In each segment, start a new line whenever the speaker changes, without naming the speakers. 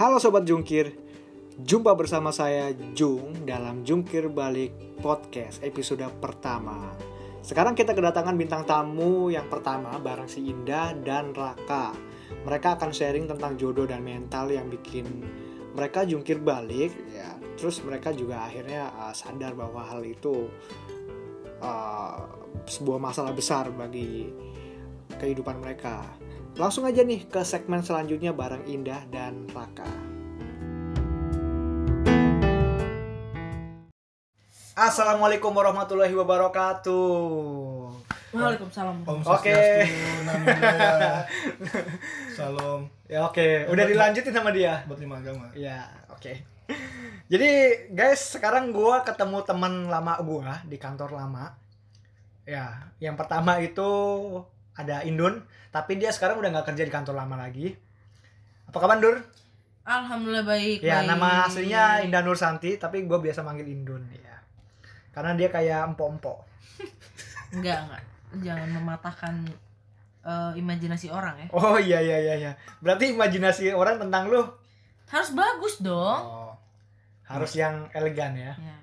Halo Sobat Jungkir, jumpa bersama saya Jung dalam Jungkir Balik Podcast episode pertama. Sekarang kita kedatangan bintang tamu yang pertama bareng si Indah dan Raka. Mereka akan sharing tentang jodoh dan mental yang bikin mereka jungkir balik ya. Terus mereka juga akhirnya uh, sadar bahwa hal itu uh, sebuah masalah besar bagi kehidupan mereka. Langsung aja nih ke segmen selanjutnya bareng Indah dan Raka. Assalamualaikum warahmatullahi wabarakatuh.
Waalaikumsalam.
Om
Oke.
Swastiastu, Namo Buddhaya. Salam
Ya oke, udah dilanjutin sama dia.
buat lima agama.
Ya oke. Jadi guys, sekarang gua ketemu teman lama gua di kantor lama. Ya, yang pertama itu ada Indun, tapi dia sekarang udah nggak kerja di kantor lama lagi. Apa kabar, Dur?
Alhamdulillah baik.
Ya,
baik.
nama aslinya Indah Nur Santi, tapi gue biasa manggil Indun ya. Karena dia kayak empok-empok.
Enggak, enggak. Jangan mematahkan eh, imajinasi orang ya.
Oh iya iya iya iya. Berarti imajinasi orang tentang lu
Harus bagus dong.
oh, harus yang elegan ya.
Ya.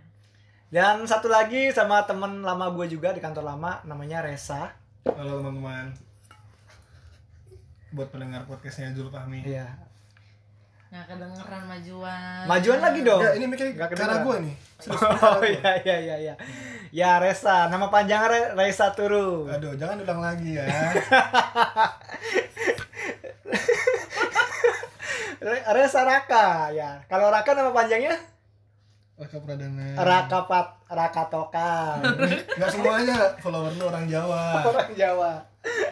Dan satu lagi sama temen lama gue juga di kantor lama namanya Resa.
Halo teman-teman. Buat pendengar podcastnya Jul Fahmi.
Iya.
Nggak kedengeran majuan.
Majuan lagi dong.
Enggak, Ya, ini mikirnya
Nggak
cara
kedengeran.
gue nih. Serius,
Oh
cara gua.
iya iya iya iya. Ya Resa, nama panjang Re- Resa Turu.
Aduh, jangan ulang lagi ya.
Re- Resa Raka ya. Kalau Raka nama panjangnya
Raka Pradana.
Raka Pat Raka Tokan.
Enggak semuanya follower lu orang Jawa.
Orang Jawa.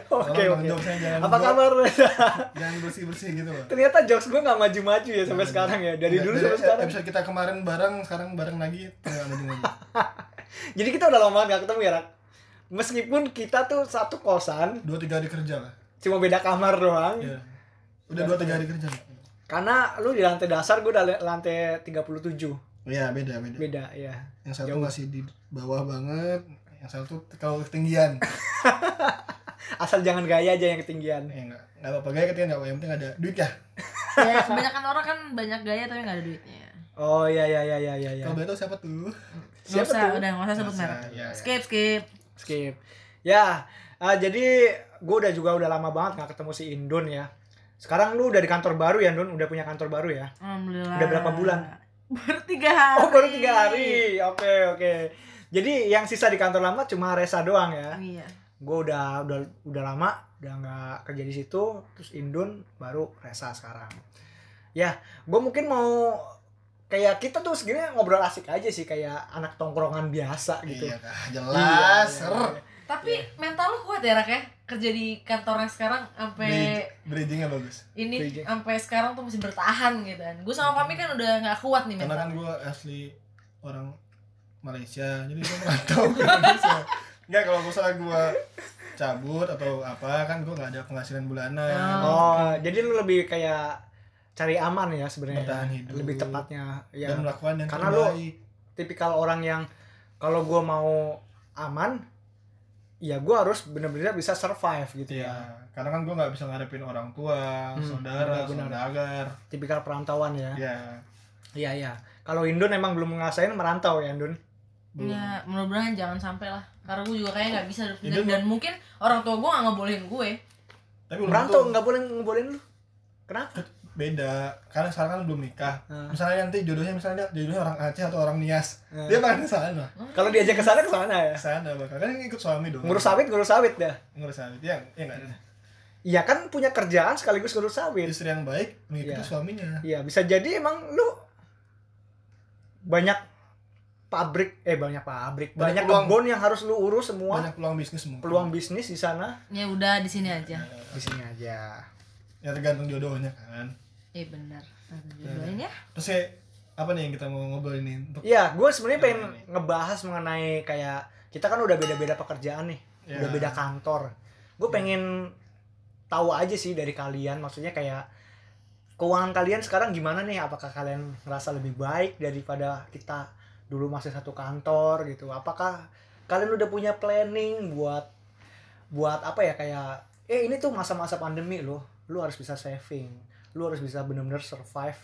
Kalau
Oke
orang
oke.
Jogja jangan
Apa
buat-
kabar Resa?
Jangan bersih-bersih gitu loh.
Ternyata jokes gue nggak maju-maju ya sampai sekarang ya. Dari dulu sampai sekarang.
Nah, episode kita kemarin bareng, sekarang bareng lagi. Enggak ada lagi.
Jadi kita udah lama banget gak ketemu ya, Rak. Meskipun kita tuh satu kosan,
Dua tiga hari kerja lah.
cuma beda kamar doang.
Iya. Udah dua tiga hari kerja.
Karena lu di lantai dasar, gue di lantai 37.
Iya, beda beda.
Beda, ya.
yang satu masih di bawah banget yang satu kalau ketinggian
Asal jangan gaya aja yang ketinggian.
ya enggak enggak apa-apa gaya ketinggian enggak apa yang penting ada duit ya
Ya, kebanyakan orang kan banyak gaya tapi nggak ada duitnya.
Oh, iya, iya, iya, iya, iya. iya.
kalau boleh tahu siapa tuh
Nggak
Siapa
usah,
tuh?
udah nggak usah sebut
Nggak
merek.
usah, ya, ya.
Skip, skip.
Skip. Ya, ah, jadi gue udah juga udah lama banget gak ketemu si Indun ya. Sekarang lu udah di kantor baru ya, Indun? Udah punya kantor baru ya?
Alhamdulillah.
Udah berapa bulan?
Baru tiga hari.
Oh, baru tiga hari. Oke, oke. Jadi yang sisa di kantor lama cuma Resa doang ya?
Iya.
gue udah udah udah lama udah nggak kerja di situ terus Indun baru Resa sekarang ya gue mungkin mau kayak kita tuh segini ngobrol asik aja sih kayak anak tongkrongan biasa gitu
iya kah
Iya,
jelas ser
iya.
Tapi mental lu kuat ya, Rak ya? Kerja di kantornya sekarang sampai
Bridge- bridgingnya bagus
ini
Bridging.
sampai sekarang tuh masih bertahan gitu kan gue sama Fami kan udah nggak kuat
Iya.
nih
karena kan
mental
gue asli orang Malaysia jadi gue merantau ke Indonesia Enggak, kalau misalnya gue cabut atau apa kan gue nggak ada penghasilan bulanan
oh jadi lu lebih kayak cari aman ya sebenarnya
Bertahan hidup.
lebih tepatnya ya
dan melakukan yang
Karena lu-
terbaik
tipikal orang yang kalau gue mau aman ya gue harus bener-bener bisa survive gitu
Iya,
ya
karena kan gue nggak bisa ngarepin orang tua,
Hmm,
saudara,
benar-benar.
saudagar.
tipikal perantauan ya
Iya,
Iya iya. Kalau Indun emang belum ngerasain merantau ya Indun.
belum.
ya mudah-mudahan jangan sampai lah karena gue juga kayak nggak bisa hidup
Hidup
sendiri dan mungkin orang tua gue nggak ngebolehin gue
Tapi belum
Merantau
tentu
nggak boleh ngebolehin lu. Kenapa?
beda. Karena sekarang kan belum nikah.
Nah.
Misalnya nanti jodohnya misalnya dia- jodohnya orang Aceh atau orang Nias.
Nah.
Dia bakal ke sana.
Kalau diajak ke sana ke sana ya.
Ke sana bakal kan ini ikut suami dong.
Ngurus sawit, ngurus sawit dah.
Ngurus suami. Ya, ya nggak ada.
Iya kan punya kerjaan sekaligus ngurus sawit.
Istri yang baik mengikuti
Iya.
suaminya.
Iya, bisa jadi emang lu banyak pabrik eh banyak pabrik, banyak,
Banyak peluang.
kebun yang harus lu urus semua.
Banyak peluang bisnis mungkin.
Peluang bisnis di sana
ya udah di sini aja
di sini aja.
Ya tergantung jodohnya kan.
eh benar jodohin ya
Terus ya, apa nih yang kita mau ngobrol ini untuk
Iya, gue sebenarnya pengen ngebahas mengenai kayak kita kan udah beda-beda pekerjaan nih,
Iya.
udah beda kantor. Gue pengen tahu aja sih dari kalian, maksudnya kayak keuangan kalian sekarang gimana nih? Apakah kalian ngerasa lebih baik daripada kita dulu masih satu kantor gitu? Apakah kalian udah punya planning buat buat apa ya kayak eh ini tuh masa-masa pandemi loh, lu harus bisa saving, lu harus bisa bener-bener survive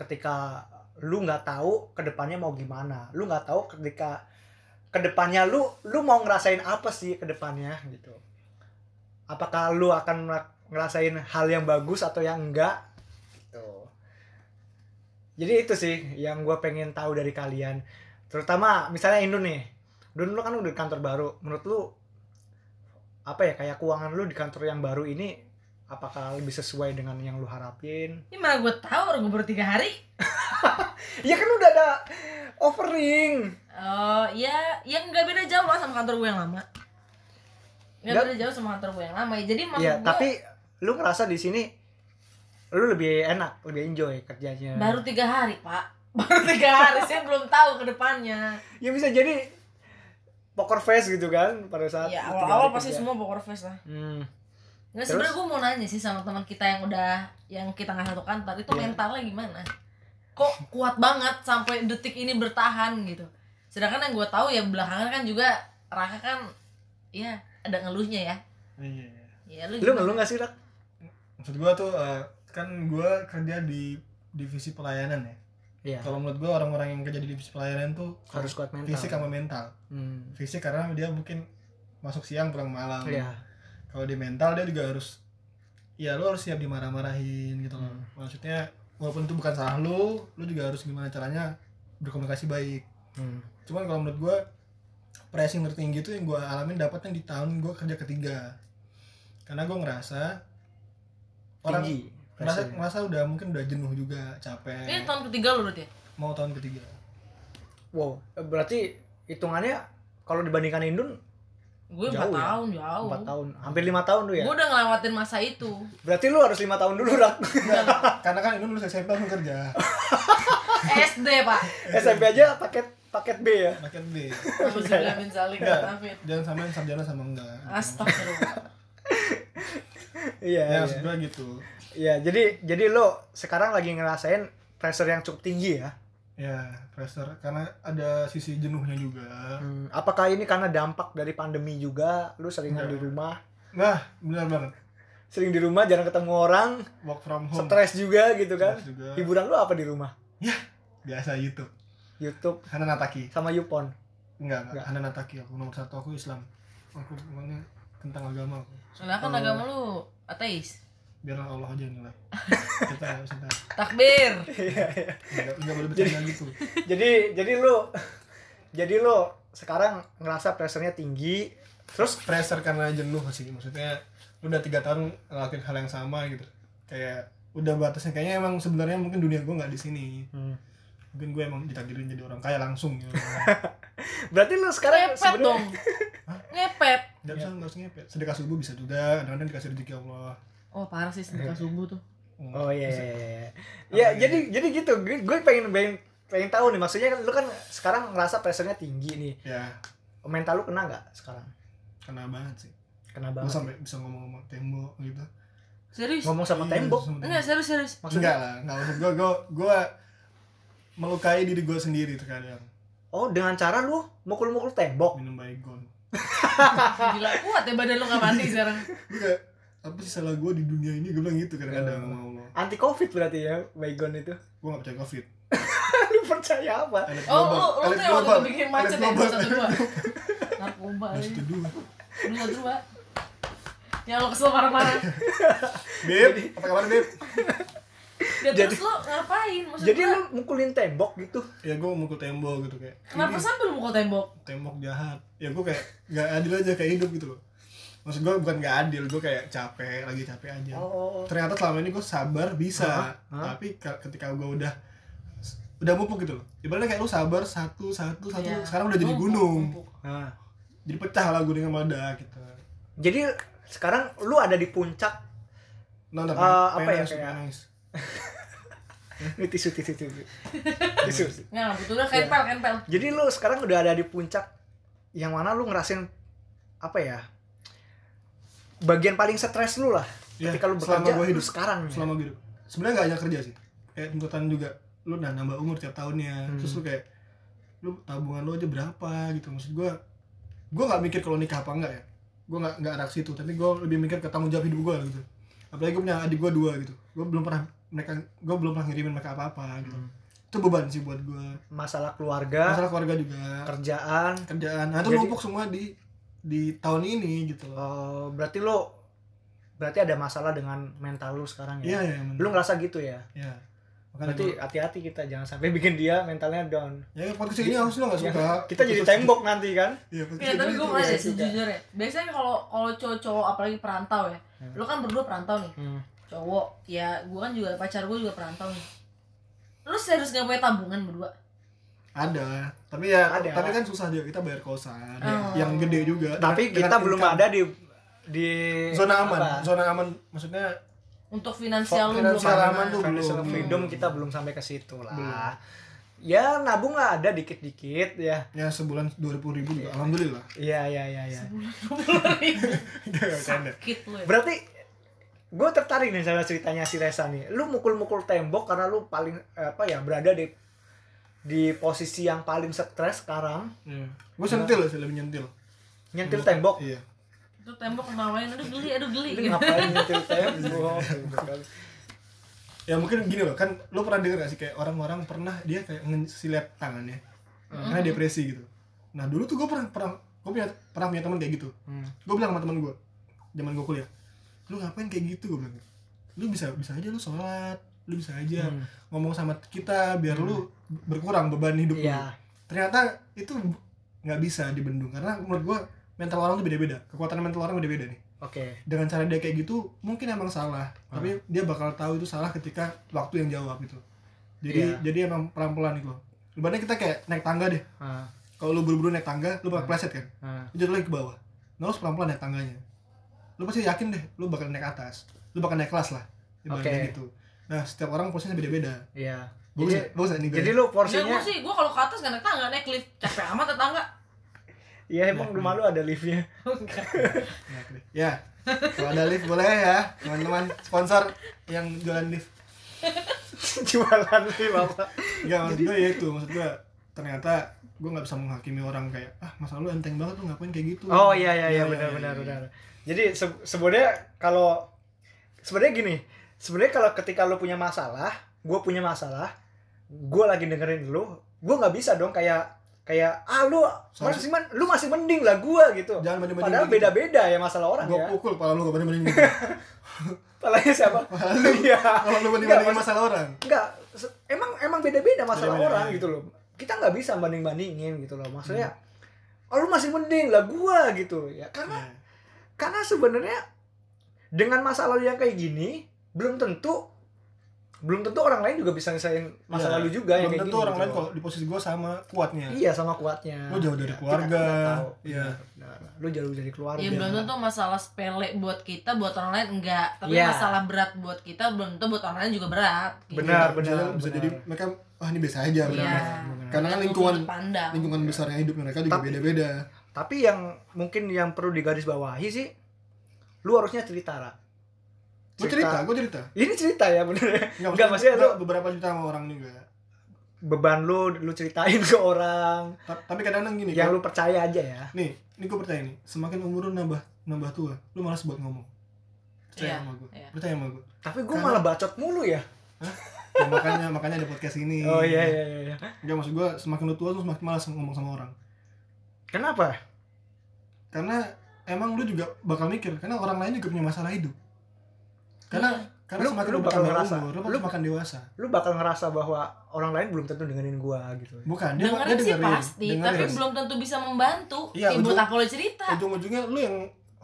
ketika lu nggak tahu kedepannya mau gimana lu nggak tahu ketika kedepannya lu lu mau ngerasain apa sih kedepannya gitu apakah lu akan ngelak- ngerasain hal yang bagus atau yang enggak gitu jadi itu sih yang gue pengen tahu dari kalian terutama misalnya Indun nih Dun lu kan udah di kantor baru menurut lu apa ya kayak keuangan lu di kantor yang baru ini apakah lebih sesuai dengan yang lu harapin
Ini mana gue tahu orang gue baru tiga hari.
ya kan udah ada offering
Oh ya, yang nggak beda jauh lah sama kantor gue yang lama. Nggak
Nggak-
beda jauh sama kantor gue yang lama. Jadi maksud
ya
gue
tapi lu ngerasa di sini lu lebih enak lebih enjoy kerjanya
baru tiga hari pak. Baru tiga hari saya belum tahu ke depannya.
ya bisa jadi poker face gitu kan pada saat
Ya
lu tiga
awal-awal
hari
pasti
kerja.
semua poker face lah.
hmm.
Nggak
Terus?
sebenarnya gue mau nanya sih sama teman kita yang udah yang kita nggak satu kantor itu
Iya.
mentalnya gimana? Kok kuat banget sampai detik ini bertahan gitu. Sedangkan yang gue tahu ya belakangan kan juga Raka kan ya ada ngeluhnya ya.
Iya.
Ya lu,
lu
gimana?
ngeluh nggak sih rak
Maksud gua tuh eh, kan gua kerja di divisi pelayanan ya.
Iya.
Kalau menurut gua orang-orang yang kerja di divisi pelayanan tuh
harus kuat mental
fisik sama mental.
hmm.
Fisik karena dia mungkin masuk siang pulang malam.
ya
Kalau di mental dia juga harus ya lu harus siap dimarah-marahin gitu loh. Maksudnya walaupun itu bukan salah lu, lu juga harus gimana caranya berkomunikasi baik.
hmm.
cuman kalau menurut gue pressing tertinggi itu yang gue alamin dapatnya di tahun gue kerja ketiga karena gue ngerasa orang
tinggi
ngerasa,
rasanya.
ngerasa udah mungkin udah jenuh
Ini
juga capek
tahun ketiga lu berarti ya?
mau tahun ketiga
wow berarti hitungannya kalau dibandingkan Indun
Gue
Jauh
empat
ya?
tahun, jauh.
empat tahun hampir lima tahun tuh ya
Gue udah ngelewatin masa itu.
berarti lu harus lima tahun dulu rak
karena kan itu lulus SMP langsung kerja
SD, Pak.
SMP aja paket paket B ya
paket B
Alhamdulillah bin Salim,
Enggak.
Afif.
jangan samain sarjana sama enggak
Astagfirullah.
iya
ya
iya.
maksud gue gitu
Iya, jadi jadi lo sekarang lagi ngerasain pressure yang cukup tinggi ya.
ya pressure karena ada sisi jenuhnya juga
Hmm, apakah ini karena dampak dari pandemi juga? Lu seringan di
Enggak.
rumah,
nah benar banget
sering di rumah, jarang ketemu orang,
work from home
stres juga gitu kan.
Terus juga
Hiburan lu apa di rumah?
biasa YouTube
YouTube
Hana Nataki
sama YouPorn.
Enggak,
Enggak.
enggak. Hana Nataki aku nomor satu aku Islam. Aku pokoknya tentang agama aku.
Soalnya
Oh.
kan agama lu ateis.
Biarlah Allah aja yang nilai. Kita nggak bisa tahu.
Takbir.
Iya, iya.
Enggak enggak boleh bercanda gitu.
jadi jadi lu jadi lu sekarang ngerasa pressure-nya tinggi. Terus
Pressure karena jenuh sih. Maksudnya lu udah tiga tahun ngelakuin hal yang sama gitu. Kayak udah batasnya kayaknya emang sebenarnya mungkin dunia gue nggak di sini.
hmm.
Mungkin gue emang ditakdirin jadi orang kaya langsung gitu.
berarti lu sekarang
Ngepet
sebenarnya
dong. Ngepet.
Enggak bisa enggak usah ngepet. Sedekah subuh bisa juga, kadang-kadang dikasih rezeki Allah.
Oh, parah sih sedekah subuh tuh.
Oh iya iya
Maksud-
iya, iya. Ya jadi jadi gitu. Gue gue pengen pengen pengen tahu nih maksudnya kan lu kan sekarang ngerasa pressure-nya tinggi nih.
Ya,
mental lu kena nggak sekarang?
kena banget sih.
Kena
Gue
banget.
sampai bisa ngomong ngomong tembok gitu.
Serius?
Ngomong sama
Iya,
tembok.
sama
Enggak, serius, serius.
Maksudnya-
Maksudnya enggak lah, enggak maksud gue, gue, gue melukai diri gue sendiri terkadang
Oh, dengan cara lu mukul-mukul tembok.
minum baygon.
Gila kuat ya badan lu nggak mati sekarang.
Gue kayak apa sih salah gue di dunia ini gue bilang gitu kadang-kadang
Hmm.
Oh.
sama Allah.
Anti covid berarti ya, baygon itu.
Gue gak percaya covid.
lu percaya apa?
Elit
Oh,
global,
lu, lu tuh
elit
yang waktu
global,
itu bikin
elit
macet ya,
global.
212. Narkoba.
Nah, situ
ya.
dulu.
212. Ya lo kesel marah-marah.
Beb, apa kabar Beb?
Ya terus
Jadi-
lo ngapain? Maksud
Jadi
gua,
lu mukulin tembok gitu.
Ya gue mukul tembok gitu kayak.
kenapa
ini
sambil mukul tembok?
Tembok jahat. Ya gue kayak gak adil aja kayak hidup gitu loh. Maksud gue bukan gak adil, gue kayak capek, lagi capek aja.
Oh.
ternyata selama ini gue sabar
Hah?
bisa
Hah?
tapi ke- ketika gue udah udah mupuk gitu loh ibaratnya kayak lu sabar satu satu satu
Iya.
sekarang udah jadi
Numpuk,
gunung
numpuk.
Nah.
jadi pecah lah gunungnya meledak gitu
Jadi sekarang lu ada di puncak
nah, tapi
Eh, apa ya,
pengen nangis,
kayak-
pengen nangis.
nih tisu tisu tisu. tisu.
Nggak, butuhnya kain pel, kain pel. Iya,
Jadi lu sekarang udah ada di puncak yang mana lu ngerasain apa ya? Bagian paling stres lu lah
Ya,
ketika lu
selama
bekerja
gue
lu
hidup
sekarang. ya.
selama gue hidup sebenarnya gak hanya kerja sih kayak tuntutan juga lu udah nambah umur tiap tahunnya
Hmm.
terus lu kayak lu tabungan lu aja berapa gitu maksud gue gue nggak mikir kalau nikah apa enggak ya gue nggak nggak arah situ tapi gue lebih mikir ke tanggung jawab hidup gue gitu apalagi gue punya adik gue dua gitu gue belum pernah mereka gue belum pernah ngirimin mereka apa apa gitu itu beban sih buat gue
Hmm. masalah keluarga
masalah keluarga juga
kerjaan
kerjaan nah
Jadi-
itu numpuk semua di di tahun ini gitu loh
Oh, berarti lo berarti ada masalah dengan mental lu sekarang
iya
ya
iya bener.
lu ngerasa gitu ya
iya makanya
berarti
gua-
hati-hati kita jangan sampai bikin dia mentalnya down
ya podcast ini harusnya nggak
Ya,
suka
kita jadi tembok nanti kan
iya podcast
Iya,
ini
tapi
tuh
gue
nggak
mulai deh,
suka.
sejujurnya. ya. Biasanya kalau kalau cowok-cowok apalagi perantau ya.
Hmm.
Lu kan berdua perantau nih.
Hmm.
Cowok, ya gue kan juga pacar gue juga perantau nih. Lu serius gak punya tabungan berdua?
ada tapi ya
Ada.
tapi kan susah juga kita bayar kosan
Oh.
yang gede juga
tapi kita
Dengan- dengan
belum
income.
ada di di
zona aman
apa?
zona aman maksudnya
Untuk finansial lu belum
Finansial
ada.
aman tuh
financial
belum.
freedom
Hmm.
kita belum sampai ke situ lah
Belum.
ya nabung lah ada dikit-dikit ya
ya sebulan dua ribu juga alhamdulillah
iya iya iya iya
Sebulan dua ribu.
Bercanda.
Sakit lu ya.
berarti gue tertarik nih sama ceritanya si Resa nih lu mukul-mukul tembok karena lu paling apa ya berada di di posisi yang paling stres sekarang
Iya. gue sentil sih lebih nyentil
nyentil tembok
iya
Itu tembok kemawain, aduh geli, aduh geli.
Lu
Gitu.
ngapain nyentil tembok
ya mungkin gini loh kan lo pernah denger gak sih kayak orang-orang pernah dia kayak ngesilet tangannya
Hmm.
karena
Hmm.
depresi gitu nah dulu tuh gue pernah pernah gue punya pernah punya teman kayak gitu
Hmm.
gue bilang sama teman gue zaman gue kuliah lu ngapain kayak gitu gue bilang lu bisa bisa aja lu sholat lu bisa aja
Hmm.
ngomong sama kita biar lu berkurang beban hidup lu
iya
ternyata itu bu- nggak bisa dibendung karena menurut gue mental orang tuh beda-beda kekuatan mental orang beda-beda nih
oke
dengan cara dia kayak gitu mungkin emang salah tapi dia bakal tahu itu salah ketika waktu yang jawab gitu
Iya.
jadi jadi emang pelan-pelan gitu Lebarnya kita kayak naik tangga deh
Ah,
kalau lu buru-buru naik tangga lu bakal pleset kan
ah.
lu jatuh lagi ke bawah nah lu harus pelan-pelan naik tangganya lu pasti yakin deh lu bakal naik atas lu bakal naik kelas lah ibaratnya
Oke. gitu.
gitu nah setiap orang posisinya beda-beda
iya jadi,
bagus nggak? bagus nggak nih gue
jadi lu
Ya gue
porsinya
sih, gue kalau ke atas gak naik tangga, naik lift. Capek amat tetangga.
iya emang rumah lu ada liftnya
Ya, oke deh. ya kalau ada lift boleh ya teman-teman sponsor yang jualan lift
jualan sih bapak
Enggak, maksud gue ya itu maksud gue ternyata gue nggak bisa menghakimi orang kayak ah masa lu enteng banget lu ngapain kayak gitu
oh iya iya iya
Ya, ya,
benar
ya,
benar
ya.
benar jadi se- sebenarnya kalau sebenarnya gini sebenarnya kalau ketika lu punya masalah gue punya masalah gue lagi dengerin lu gue nggak bisa dong kayak kayak ah lu
Soalnya-
masih men- lu masih mending lah gue gitu
jangan banding banding
padahal beda beda ya masalah orang
gue
ya
pukul pala lu gak banding bandingin
palanya siapa
Pala lu.
iya
kalau lu banding
Nggak,
bandingin masalah orang
Enggak, se- emang emang beda-beda masalah
Beda-beda,
orang
iya.
gitu loh. Kita nggak bisa banding-bandingin gitu loh. Maksudnya oh, lu masih mending lah gua gitu ya. Karena
Iya.
karena sebenarnya dengan masalah lu yang kayak gini belum tentu belum tentu orang lain juga bisa nyelesain
Iya.
masalah lu juga yang
belum
kayak
tentu
gini,
orang
gitu
lain
loh.
kalau di posisi gue sama kuatnya
Iya sama kuatnya.
Lu jauh dari
Iya, kita-
keluarga,
kita tahu.
iya.
Benar, benar. Lu jauh dari keluarga.
Ya belum tentu masalah sepele buat kita, buat orang lain enggak. Tapi
Iya.
masalah berat buat kita, belum tentu buat orang lain juga berat. gitu.
Benar,
Bisa-
benar,
bisa
benar.
Iya, jadi mereka wah ini biasa aja
Iya.
benar karena kan
Sudut
lingkungan
pandang.
lingkungan besarnya hidup mereka
Iya.
juga
Tapi-
beda beda
Tapi yang mungkin yang perlu digarisbawahi sih lu harusnya cerita lah.
gue cerita gue cerita
Ini cerita ya bener
maksud-
maksudnya lu-
nggak, beberapa cerita sama orang juga
beban lu lu ceritain ke orang
Ta- tapi kadang-kadang gini
yang lu
kalau-
percaya aja ya
nih ini gue percaya nih semakin umur lu nambah nambah tua lu malas buat ngomong percaya
Iya,
sama gue
iya.
percaya sama gue
tapi gue
Karena-
malah bacot mulu ya
Ya, makanya makanya ada podcast ini
oh iya iya iya, iya
Nggak, maksud gue semakin lu tua lu semakin malas ngomong sama orang
kenapa
karena emang lu juga bakal mikir karena orang lain juga punya masalah hidup karena
Iya.
karena
Lu-
semakin
lu
lu
bakal
bertambah
ngerasa.
umur lu
Lu-
bakal makan dewasa
lu bakal ngerasa bahwa orang lain belum tentu dengerin gua gitu
bukan dia dia
dengerin sih
dengerin.
pasti, tapi
Dengerin.
belum tentu bisa membantu.
Iya,
Ibu
ujung-
tak boleh cerita.
ujung-ujungnya lu yang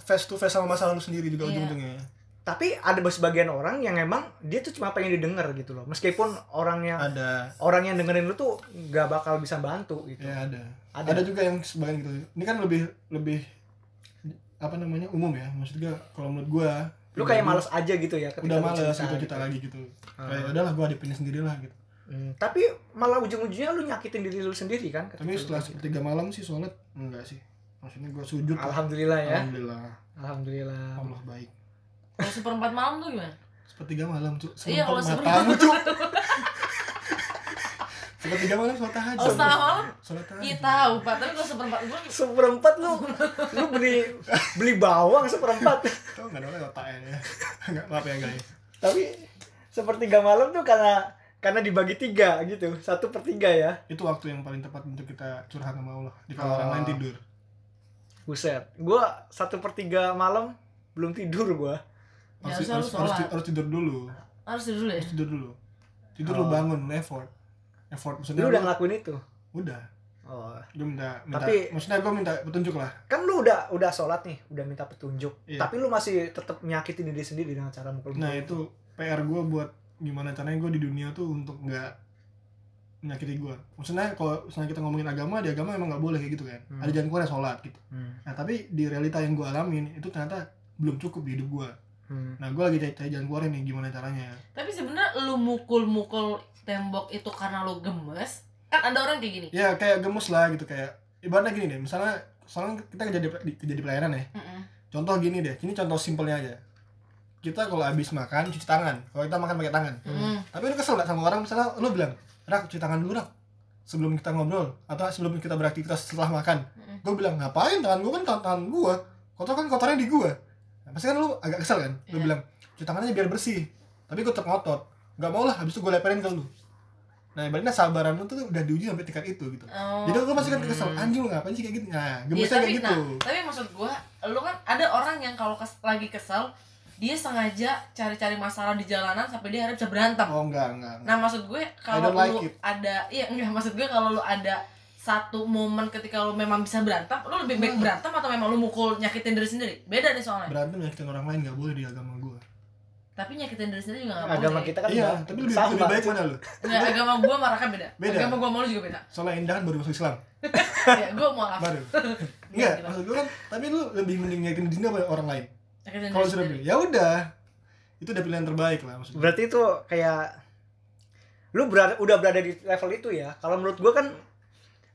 face to face sama masalah lu sendiri
Iya.
juga ujung-ujungnya
tapi ada sebagian orang yang emang dia tuh cuma pengen didengar gitu loh meskipun orang yang
ada
orang yang dengerin lu tuh gak bakal bisa bantu gitu
ya ada. ada
ada
juga yang sebagian gitu ini kan lebih lebih apa namanya umum ya maksud gue kalau menurut gue
lu kayak males aja gitu ya ketika
udah
lu
males
cerita
gitu kita lagi gitu
Hmm.
kayak udahlah gue hadapin sendiri lah gitu
Hmm, tapi malah ujung-ujungnya lu nyakitin diri lu sendiri kan ketika lu
tapi setelah
kayak gitu.
sepertiga malam sih sholat enggak sih maksudnya gue sujud lah.
alhamdulillah ya
alhamdulillah
alhamdulillah
Allah baik
Kalau seperempat malam tuh gimana?
sepertiga malam cuk
iya, kalau
Sebentar
seperempat
matamu cuk
malam.
sepertiga malam sholat tahajud
Kalau setengah Oh, malam,
sholat tahajud
iya tahu, Pak. Tapi kalau seperempat malam,
seperempat lu lu beli beli bawang seperempat
tau nggak ada orang otaknya nggak maaf ya guys
tapi sepertiga malam tuh karena karena dibagi tiga gitu satu per tiga ya
itu waktu yang paling tepat untuk kita curhat sama Allah jika orang
Oh.
lain tidur
buset gue satu per tiga malam belum tidur gue
Ya,
harus,
harusnya
harus,
lu
harus,
sholat.
harus tidur dulu
harus tidur dulu ya
harus Eh, tidur dulu tidur lu
Oh.
bangun lu effort effort maksudnya
lu udah
lu-
ngelakuin itu
udah
oh
gue minta, minta
Tapi-
maksudnya gue minta petunjuk lah
kan lu udah udah sholat nih udah minta petunjuk
Iya.
tapi lu masih tetap menyakiti diri sendiri dengan cara mukul
nah itu PR gue buat gimana caranya gue di dunia tuh untuk nggak menyakiti gue maksudnya kalau misalnya kita ngomongin agama di agama emang nggak boleh kayak gitu kan
Hmm.
ada jalan keluar ya sholat gitu
Hmm.
nah tapi di realita yang gue alamin itu ternyata belum cukup di hidup gue
Hmm.
nah gue lagi cari, cari jalan keluar nih gimana caranya
tapi sebenarnya lu mukul-mukul tembok itu karena lu gemes kan ada orang kayak gini
ya kayak gemes lah gitu kayak ibaratnya gini deh misalnya soalnya kita kerja di, di- kerja di pelayanan ya
Mm-mm.
contoh gini deh ini contoh simpelnya aja kita kalau habis makan cuci tangan kalau kita makan pakai tangan
Mm.
tapi lu kesel gak sama orang misalnya lu bilang rak cuci tangan dulu rak sebelum kita ngobrol atau sebelum kita beraktivitas setelah makan
Mm-mm.
gue bilang ngapain tangan gue kan tangan, tangan gue kotor kan kotornya di gue nah, pasti kan lu agak kesel kan lu
Iya.
bilang cuci tangannya biar bersih tapi gue tetap ngotot nggak mau lah habis itu gue leperin ke lu nah ibaratnya sabaran lu tuh udah diuji sampai tingkat itu gitu
Oh.
jadi gue pasti kan kesel
Hmm.
anjing lu ngapain sih kayak gitu
Iya,
nah gemesnya kayak gitu
nah, tapi maksud gua lu kan ada orang yang kalau kes- lagi kesel dia sengaja cari-cari masalah di jalanan sampai dia akhirnya bisa berantem
oh enggak enggak, enggak.
Nah maksud gue kalau
don't like
lu
it.
ada iya enggak maksud gue kalau lu ada satu momen ketika lu memang bisa berantem, lu lebih baik
Hmm.
berantem atau memang lu mukul nyakitin diri sendiri? Beda deh soalnya.
berantem nyakitin orang lain nggak boleh di agama gue
Tapi nyakitin diri sendiri juga enggak
agama
Nah, boleh.
kita kan
iya
nggak-
tapi lebih,
sama.
lebih baik mana lu
Enggak, agama gue marah kan beda.
Beda.
Agama gue malu juga beda.
soalnya indah kan baru masuk Islam
ya, gue mau apa?
baru
Iya,
enggak
gitu.
Gila.
maksud gue kan tapi lu lebih mending nyakitin diri apa orang lain
Iya,
Nyakitin
kalau
diri
sudah
sendiri.
pilih ya udah itu udah pilihan terbaik lah maksud gue
berarti itu kayak lu berada udah berada di level itu ya kalau menurut gue kan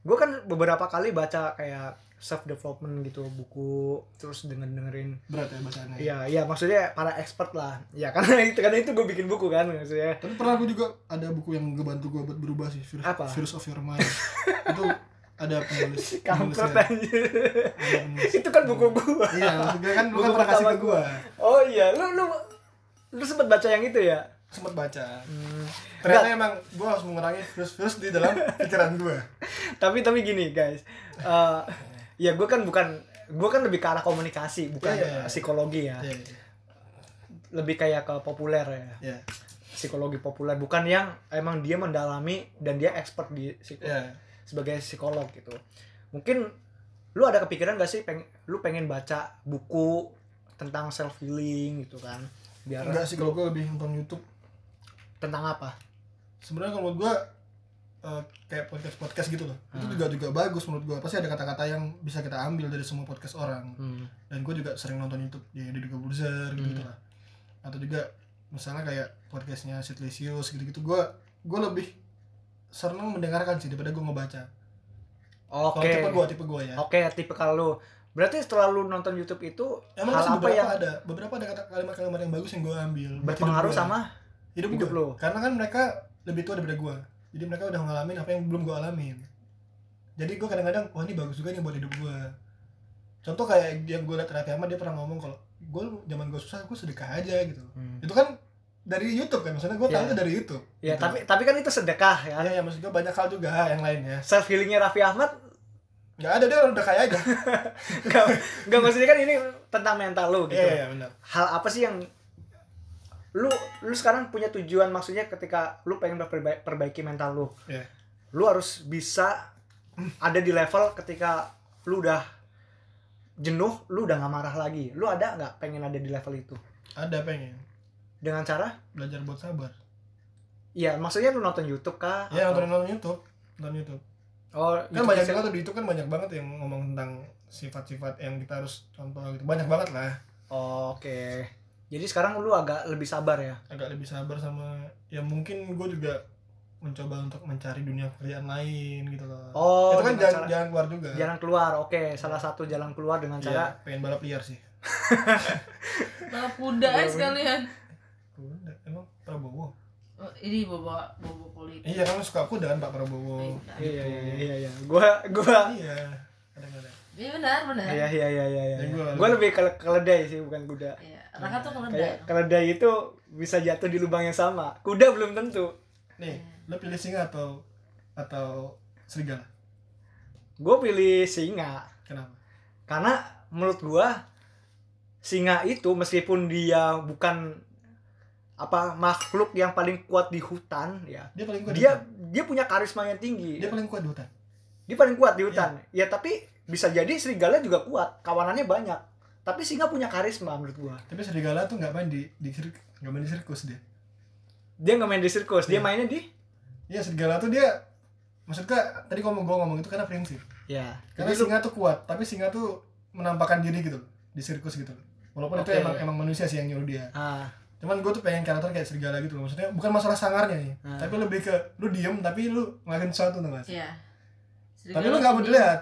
gue kan beberapa kali baca kayak self development gitu buku terus dengan dengerin
berat ya bacaannya
Iya, iya maksudnya para expert lah. Ya karena itu karena itu gue bikin buku kan maksudnya.
tapi pernah gue juga ada buku yang ngebantu gue buat berubah sih virus
Apa?
virus of your mind itu ada penulis
Kampret ya.
penulisnya.
anjir.
Ada penulis.
itu kan buku gua.
iya maksud gue kan lu
Buku
kan pernah kasih
pertama
ke gue
Oh iya, lu lu lu sempet baca yang itu ya?
sempet baca
Hmm.
ternyata emang gue harus mengurangi virus-virus di dalam pikiran gue
Tapi tapi gini guys. Eh, ya gue kan bukan gue kan lebih ke arah komunikasi bukan
Iya, iya, iya.
psikologi ya
iya
lebih kayak ke populer ya
iya
psikologi populer bukan yang emang dia mendalami dan dia expert di psikologi
iya
sebagai psikolog gitu mungkin lu ada kepikiran gak sih peng lu pengen baca buku tentang self healing gitu kan biar
Iya. enggak sih kalau gue lebih nonton YouTube
tentang apa
sebenarnya kalau menurut gua eh, kayak podcast podcast gitu loh
Hmm.
itu juga juga bagus menurut gua pasti ada kata-kata yang bisa kita ambil dari semua podcast orang
Hmm.
dan gua juga sering nonton YouTube ya Deddy Corbuzier gitu gitu lah atau juga misalnya kayak podcastnya Sid Lesius gitu gitu gua gua lebih seneng mendengarkan sih daripada gua ngebaca
oke
kalau tipe gua tipe gua ya
oke tipe kalau berarti setelah lu nonton YouTube itu
emang
hal
sih
apa
beberapa
yang
ada beberapa ada kata kalimat-kalimat yang bagus yang gua ambil buat hidup ya?
berpengaruh
gua.
sama
hidup,
hidup
gua.
lu?
karena kan mereka lebih tua daripada gua jadi mereka udah ngalamin apa yang belum gua alamin jadi gua kadang-kadang wah ini bagus juga nih buat hidup gua contoh kayak yang gua liat Raffi Ahmad dia pernah ngomong kalau gua zaman gua susah gua sedekah aja gitu
Hmm.
itu kan dari YouTube kan maksudnya gua tahu
Iya.
itu dari YouTube
ya
Gitu.
tapi tapi kan itu sedekah ya
ya, ya maksud gua banyak hal juga yang lainnya
self healingnya Raffi Ahmad
nggak ada dia udah kaya aja
nggak nggak maksudnya kan ini tentang mental lu gitu
iya iya benar
hal apa sih yang lu lu sekarang punya tujuan maksudnya ketika lu pengen memperbaiki perbaiki mental lu
Iya.
lu harus bisa ada di level ketika lu udah jenuh lu udah nggak marah lagi lu ada nggak pengen ada di level itu
ada pengen
dengan cara
belajar buat sabar
ya maksudnya lu nonton YouTube kah
ya
Atau-
nonton nonton YouTube nonton YouTube
oh
kan
YouTube
banyak
channel.
juga tuh di YouTube kan banyak banget yang ngomong tentang sifat-sifat yang kita harus contoh gitu banyak banget lah
Oh, oke jadi sekarang lu agak lebih sabar ya
agak lebih sabar sama ya mungkin gue juga mencoba untuk mencari dunia kerjaan lain gitu loh
oh
itu kan
dengan
jalan,
cara-
jalan keluar juga
jalan keluar oke salah satu jalan keluar dengan
Iya,
cara
pengen balap liar sih
Balap kuda aja
Balap-
sekalian.
kuda emang Prabowo
Oh, ini bawa bawa politik.
iya kamu suka kuda kan Pak Prabowo
Iya
iya iya iya iya iya gua gua
iya kadang-kadang
benar benar.
Iya iya iya iya.
Ya,
iya.
gua-
Gue lebih ke keledai sih bukan kuda.
Iya. Raka tuh
Kayak
meledak.
keledai oh. itu bisa jatuh di lubang yang sama. Kuda belum tentu.
nih
Iya.
lo pilih singa atau atau serigala
Gue pilih singa
kenapa
karena menurut gua singa itu meskipun dia bukan apa makhluk yang paling kuat di hutan ya
dia paling kuat di
dia
hutan.
dia punya karisma yang tinggi
dia Iya. paling kuat di hutan
dia paling kuat di hutan ya tapi bisa jadi serigala juga kuat kawanannya banyak tapi singa punya karisma menurut gua
tapi serigala tuh nggak main di di sirk- nggak main di sirkus dia
dia nggak main di sirkus dia
Iya.
mainnya di
iya serigala tuh dia maksudnya tadi ngomong gue ngomong itu karena prinsip
ya
karena
jadi lu
singa tuh kuat tapi singa tuh menampakkan diri gitu loh, di sirkus gitu loh. walaupun
Oke.
itu emang emang manusia sih yang nyuruh dia
ah
cuman gue tuh pengen karakter kayak serigala gitu loh maksudnya bukan masalah sangarnya nih
Hmm.
tapi lebih ke lu diem tapi lu ngelakuin sesuatu tuh mas
Iya.
tapi lu nggak ya? mau dilihat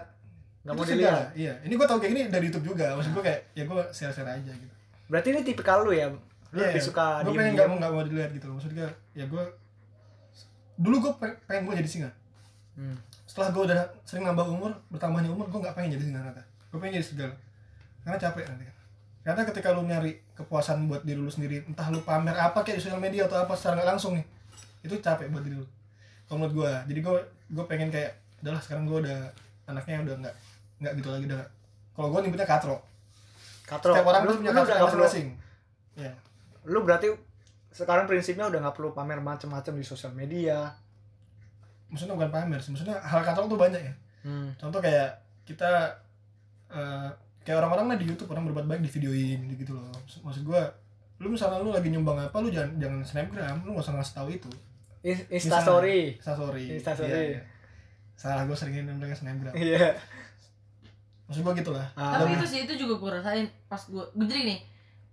nggak
Itu
mau
serigala.
dilihat
iya ini gue tau kayak gini dari YouTube juga maksud gue kayak ya gue share-share aja gitu
berarti ini tipikal lu ya lu
Iya,
lebih suka
gue
diem
pengen nggak mau nggak mau dilihat gitu loh maksudnya ya gue dulu gue pengen gue jadi singa
Hmm.
setelah gue udah sering nambah umur bertambahnya umur gue nggak pengen jadi singa ternyata gue pengen jadi serigala karena capek nanti kan ternyata ketika lu nyari kepuasan buat diri lu sendiri entah lu pamer apa kayak di sosial media atau apa secara nggak langsung nih itu capek buat diri lu kalau menurut gue jadi gue gue pengen kayak udahlah sekarang gue udah anaknya udah nggak nggak gitu lagi udah nggak." kalau gue nyebutnya katro
katro
setiap orang
lu,
tuh punya
lu udah
katro
nggak perlu
masing-masing ya
lu berarti sekarang prinsipnya udah nggak perlu pamer macam-macam di sosial media
maksudnya bukan pamer sih maksudnya hal katro tuh banyak ya contoh kayak kita eh, kayak orang-orang lah di YouTube orang berbuat baik di videoin gitu, loh Maksud- maksud gua lu misalnya lu lagi nyumbang apa lu jangan jangan snapgram lu gak usah ngasih tahu itu
In- instastory
instastory
Instastory.
Iya, iya. salah gua seringin mereka snapgram
iya
maksud gua gitu gitulah
Ah,
Tapi itu sih itu juga gue rasain pas gue gue jadi nih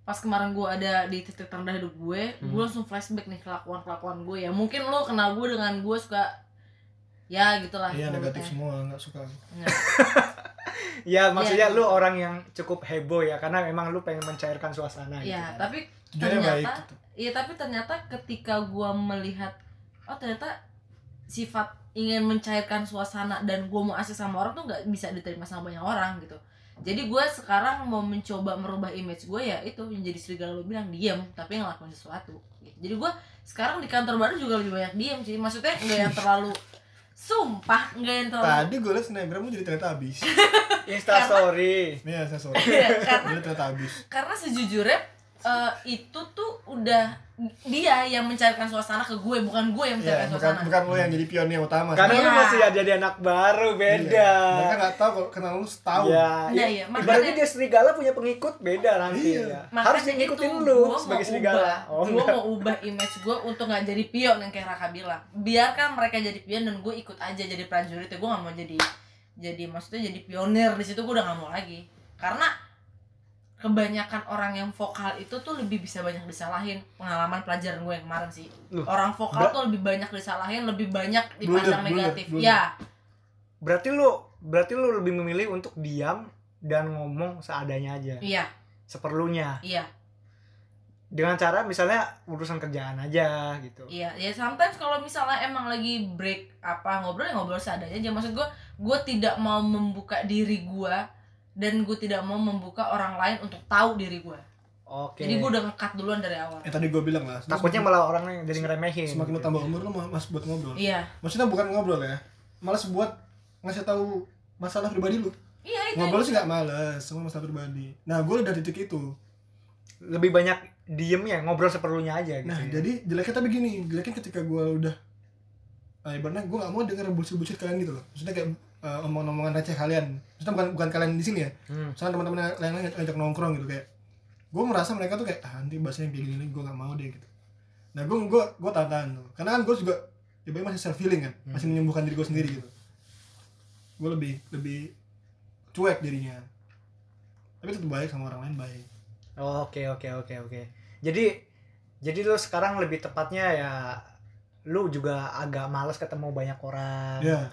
pas kemarin gue ada di titik terendah hidup gue,
Hmm.
gue langsung flashback nih kelakuan kelakuan gue ya. Mungkin lo kenal gue dengan gue suka ya gitulah.
iya negatif
mulutnya.
semua nggak suka gua.
Nggak.
ya maksudnya
Iya.
lu orang yang cukup heboh ya karena memang lu pengen mencairkan suasana gitu
Iya,
kan.
tapi
tujuannya baik
Ternyata-
gitu.
Iya tapi ternyata ketika gua melihat oh ternyata sifat ingin mencairkan suasana dan gua mau asik sama orang tuh nggak bisa diterima sama banyak orang gitu. Jadi gua sekarang mau mencoba merubah image gue ya itu menjadi serigala lu bilang diam tapi ngelakuin sesuatu. Gitu. Jadi gua sekarang di kantor baru juga lebih banyak diam sih. Maksudnya nggak yang terlalu sumpah nggak yang terlalu
tadi gua liat snapgram lu jadi ternyata habis
instastory
iya instastory
Iya, karena
jadi ternyata habis
karena sejujurnya eh, itu tuh udah dia yang mencairkan suasana ke gue bukan gue yang mencairkan
Iya, bukan,
suasana.
bukan lu yang jadi pionnya utama
karena lu
Iya.
masih jadi anak baru beda
Iya. mereka nggak tahu kalau kenal lu setahun
ya,
Nah, iya, makanya-
ibaratnya dia serigala punya pengikut beda nanti
Iya.
ya. harus dia ngikutin lu sebagai serigala oh
gue
enggak
mau ubah image gue untuk nggak jadi pion yang kayak Raka bilang. Biarkan mereka jadi pion dan gue ikut aja jadi prajurit. Ya. Gue nggak mau jadi jadi maksudnya jadi pionir di situ gue udah nggak mau lagi. Karena kebanyakan orang yang vokal itu tuh lebih bisa banyak disalahin pengalaman pelajaran gue yang kemarin sih
Loh,
orang vokal
ba-
tuh lebih banyak disalahin lebih banyak
Blunder,
dipandang
blunder,
negatif
blunder.
ya
berarti lu berarti lu lebih memilih untuk diam dan ngomong seadanya aja
iya
seperlunya
iya
dengan cara misalnya urusan kerjaan aja gitu
Iya, ya sometimes kalau misalnya emang lagi break apa ngobrol ya ngobrol seadanya aja. Maksud gue, gue tidak mau membuka diri gue dan gue tidak mau membuka orang lain untuk tahu diri gue.
oke
Jadi gue udah ngekat duluan dari awal.
ya tadi gua bilang lah lu
takutnya
semakin-
malah orang jadi ngeremehin
semakin lu
gitu.
tambah umur lu mas buat ngobrol
Iya,
maksudnya bukan ngobrol ya malas buat ngasih tahu masalah pribadi lu
iya itu.
ngobrol sih nggak males semua masalah pribadi nah gue udah di titik itu
lebih banyak diem ya ngobrol seperlunya aja gitu
nah
ya.
jadi jeleknya tapi gini jeleknya ketika gue udah eh, ibaratnya gue nggak mau denger bullshit-bullshit kalian gitu loh maksudnya kayak eh, omongan-omongan receh kalian maksudnya bukan bukan kalian di sini ya
Hmm.
misalnya teman-teman yang lain lain ajak nongkrong gitu kayak gue merasa mereka tuh kayak ah, nanti bahasanya kayak gini lagi gue nggak mau deh gitu nah gue gue gue tahan tahan tuh karena kan gue juga ya baik masih self healing kan
Hmm.
masih menyembuhkan diri gue sendiri gitu gue lebih lebih cuek jadinya tapi tetap baik sama orang lain baik
Oh, oke oke oke oke jadi jadi lu sekarang lebih tepatnya ya lu juga agak males ketemu banyak orang
ya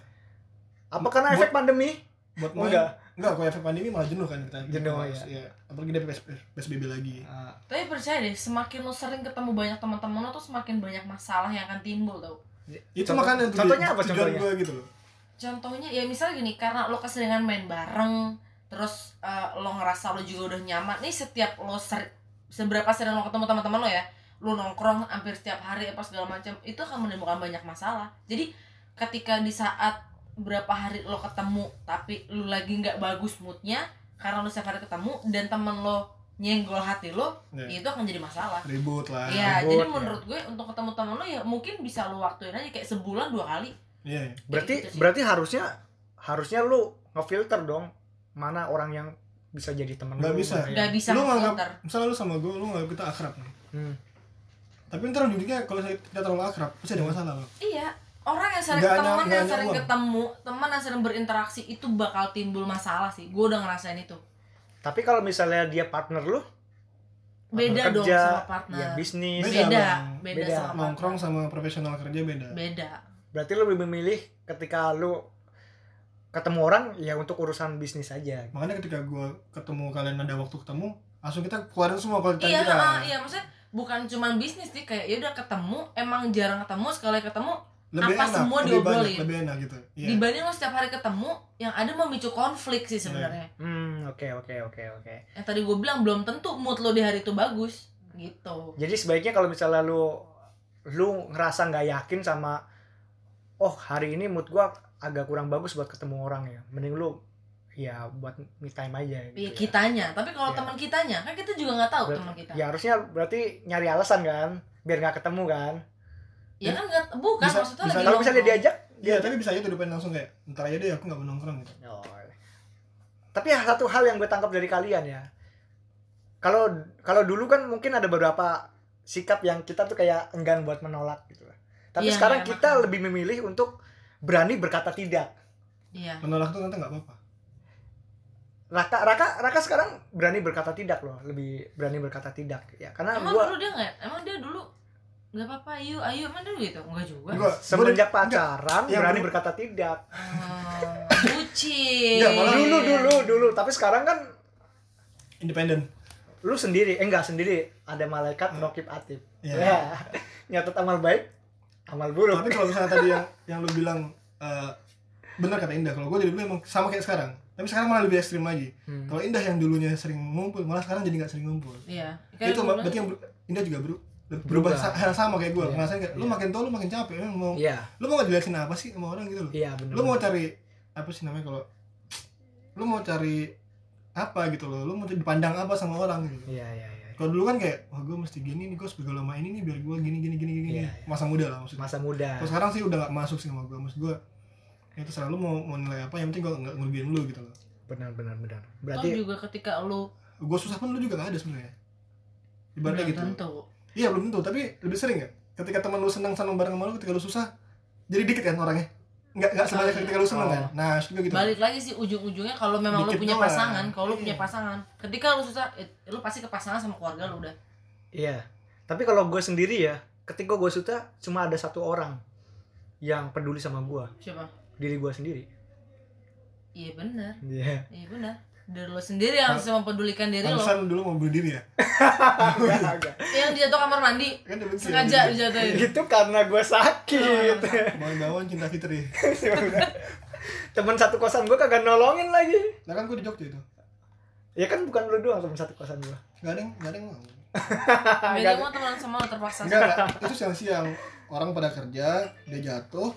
apa karena efek pandemi
buat
Oh,
main
enggak.
enggak enggak kalau efek pandemi malah jenuh kan kita
Jenuh, iya.
Harus, ya. apalagi dia PS- psbb lagi
Ah,
Tapi percaya deh, semakin lo sering ketemu banyak teman-teman lo tuh semakin banyak masalah yang akan timbul tau.
itu
Contoh-
makanya tuh
contohnya
tujuan-
apa
tujuan
contohnya?
gue gitu loh
Contohnya ya misalnya gini, karena lo keseringan main bareng, terus eh, lo ngerasa lo juga udah nyaman. Nih setiap lo ser- seberapa sering lo ketemu teman-teman lo ya lo nongkrong hampir setiap hari apa segala macam itu akan menimbulkan banyak masalah jadi ketika di saat berapa hari lo ketemu tapi lo lagi nggak bagus moodnya karena lo setiap hari ketemu dan temen lo nyenggol hati lo
Iya.
ya itu akan jadi masalah
Ah, ribut lah
Iya,
ribut,
jadi
ya.
menurut gue untuk ketemu temen lo ya mungkin bisa lo waktuin aja kayak sebulan dua kali.
Iya, iya.
berarti
Gitu sih.
berarti harusnya harusnya lu ngefilter dong mana orang yang bisa jadi teman
Nggak
lu,
bisa.
mana
Gak
yang-
bisa
Lu nganggap-
nge-filter.
misalnya lu sama gue lu nggak kita akrab nih
Hmm.
tapi ntar ujungnya kalau saya kita terlalu akrab pasti ada masalah loh
Iya, orang yang sering
Nggak ada-
teman
nggak
yang
ada
sering
uang.
ketemu, teman yang sering berinteraksi itu bakal timbul masalah sih. Gue udah ngerasain itu.
tapi kalau misalnya dia partner lu
Beda
partner
dong
kerja,
sama partner.
ya bisnis
Beda
beda, beda,
dong.
Beda.
sama partner.
nongkrong sama profesional kerja beda
Beda.
berarti lu lebih memilih ketika lu ketemu orang ya untuk urusan bisnis aja
makanya ketika gue ketemu kalian ada waktu ketemu langsung kita keluarin semua kualitas
Iya,
kita
ah, iya maksudnya bukan cuman bisnis sih kayak ya udah ketemu emang jarang ketemu sekali ketemu
lebih
Apa
enak
semua
lebih
diobrolin?
banyak lebih enak gitu iya
dibanding lo setiap hari ketemu yang ada memicu konflik sih sebenarnya
hmm oke oke oke oke
yang tadi gue bilang belum tentu mood lo di hari itu bagus gitu
jadi sebaiknya kalau misalnya lu lu ngerasa nggak yakin sama oh hari ini mood gua agak kurang bagus buat ketemu orang ya mending lu ya buat me time aja gitu
ya
ya.
kitanya tapi kalau
Iya.
teman kitanya kan kita juga nggak tahu
Berarti-
teman kita
Iya.
ya harusnya berarti nyari alasan kan biar nggak ketemu kan
ya kan nggak bukan
Bisa-
maksudnya
bisa-
lagi
kalau misalnya
nongkrong.
diajak
Iya, tapi bisa aja tuh depan langsung kayak ntar aja deh aku nggak mau nongkrong gitu.
Oh. tapi ya satu hal yang gue tangkap dari kalian ya kalau kalau dulu kan mungkin ada beberapa sikap yang kita tuh kayak enggan buat menolak gitu lah. tapi
Iya,
sekarang
nggak
kita
enak.
lebih memilih untuk berani berkata tidak
iya
Menolak tuh nanti nggak apa-apa.
Raka Raka Raka sekarang berani berkata tidak loh lebih berani berkata tidak ya
Nah,
karena
emang
gue
dulu dia nggak emang dia dulu nggak apa-apa ayo ayo emang dulu gitu nggak juga
Gua
semenjak
gua- enggak,
pacaran
Yang
berani
dulu-
berkata tidak
Hmm, bucin Iya.
Nggak, malah
dulu dulu dulu tapi sekarang kan
independen.
lu sendiri eh, enggak sendiri ada malaikat
Hmm.
nokip atib
Iya.
ya nyatet amal baik amal buruk
Tapi kalau misalnya tadi yang yang lu bilang eh, benar kata Indah, kalau gue jadi dulu emang sama kayak sekarang. Tapi sekarang malah lebih ekstrim lagi.
Hmm.
Kalau Indah yang dulunya sering ngumpul, malah sekarang jadi nggak sering ngumpul.
iya Kayak
itu ma-
dulu-
berarti yang ber- Indah juga beru- berubah sa- hal sama kayak gue.
Iya.
Ngerasain kayak lu
Iya.
makin tua lu makin capek. Lu mau
iya
lu mau ngejelasin apa sih sama orang gitu loh.
iya benar
Lu mau cari apa sih namanya kalau lu mau cari apa gitu loh. Lu mau dipandang apa sama orang gitu.
iya iya iya
Kalau dulu kan kayak, wah gue mesti gini nih, gue harus bergaul sama ini nih biar gue gini gini gini gini.
Iya,
gini. Masa muda lah maksudnya.
masa muda
Kalau sekarang sih udah gak masuk sih sama gue, maksud gue itu selalu mau mau nilai apa yang penting gue nggak ngerugiin lu gitu loh.
benar benar benar
Toh
berarti
juga ketika lu
Gue susah pun lu juga gak ada sebenarnya. Ibaratnya
belum
gitu.
tentu
Iya belum tentu, tapi lebih sering ya. Ketika teman lu senang senang bareng sama lu, ketika lu susah, jadi dikit kan orangnya. Nggak nggak sebanyak
Oh, iya.
ketika lu senang
Oh.
kan. Nah maksud gue gitu.
balik lagi sih ujung-ujungnya kalau memang lu
Dikit
punya
doang.
pasangan kalau lu
Iya.
punya pasangan ketika lu susah eh, lu pasti ke pasangan sama keluarga lu udah
Iya. Tapi kalau gue sendiri ya, ketika gue suka cuma ada satu orang yang peduli sama gue,
siapa
diri gue sendiri.
iya benar
Iya.
iya benar dari lo sendiri yang harus mempedulikan diri lo
Pantesan dulu mau bunuh diri ya.
yang jatuh kamar mandi
Kan dia benci sama
sengaja
diri.
dijatuhin
Itu karena gue
Oh, iya.
sakit.
Mau bawaan cinta fitri.
temen satu kosan gue kagak nolongin lagi.
Nah kan gue di Jogja itu.
Ya kan bukan lu doang temen satu kosan gue.
Gak ada yang gak ada yang mau.
beda mau teman sama lo terpaksa
Enggak, enggak. Itu siang-siang orang pada kerja, dia jatuh,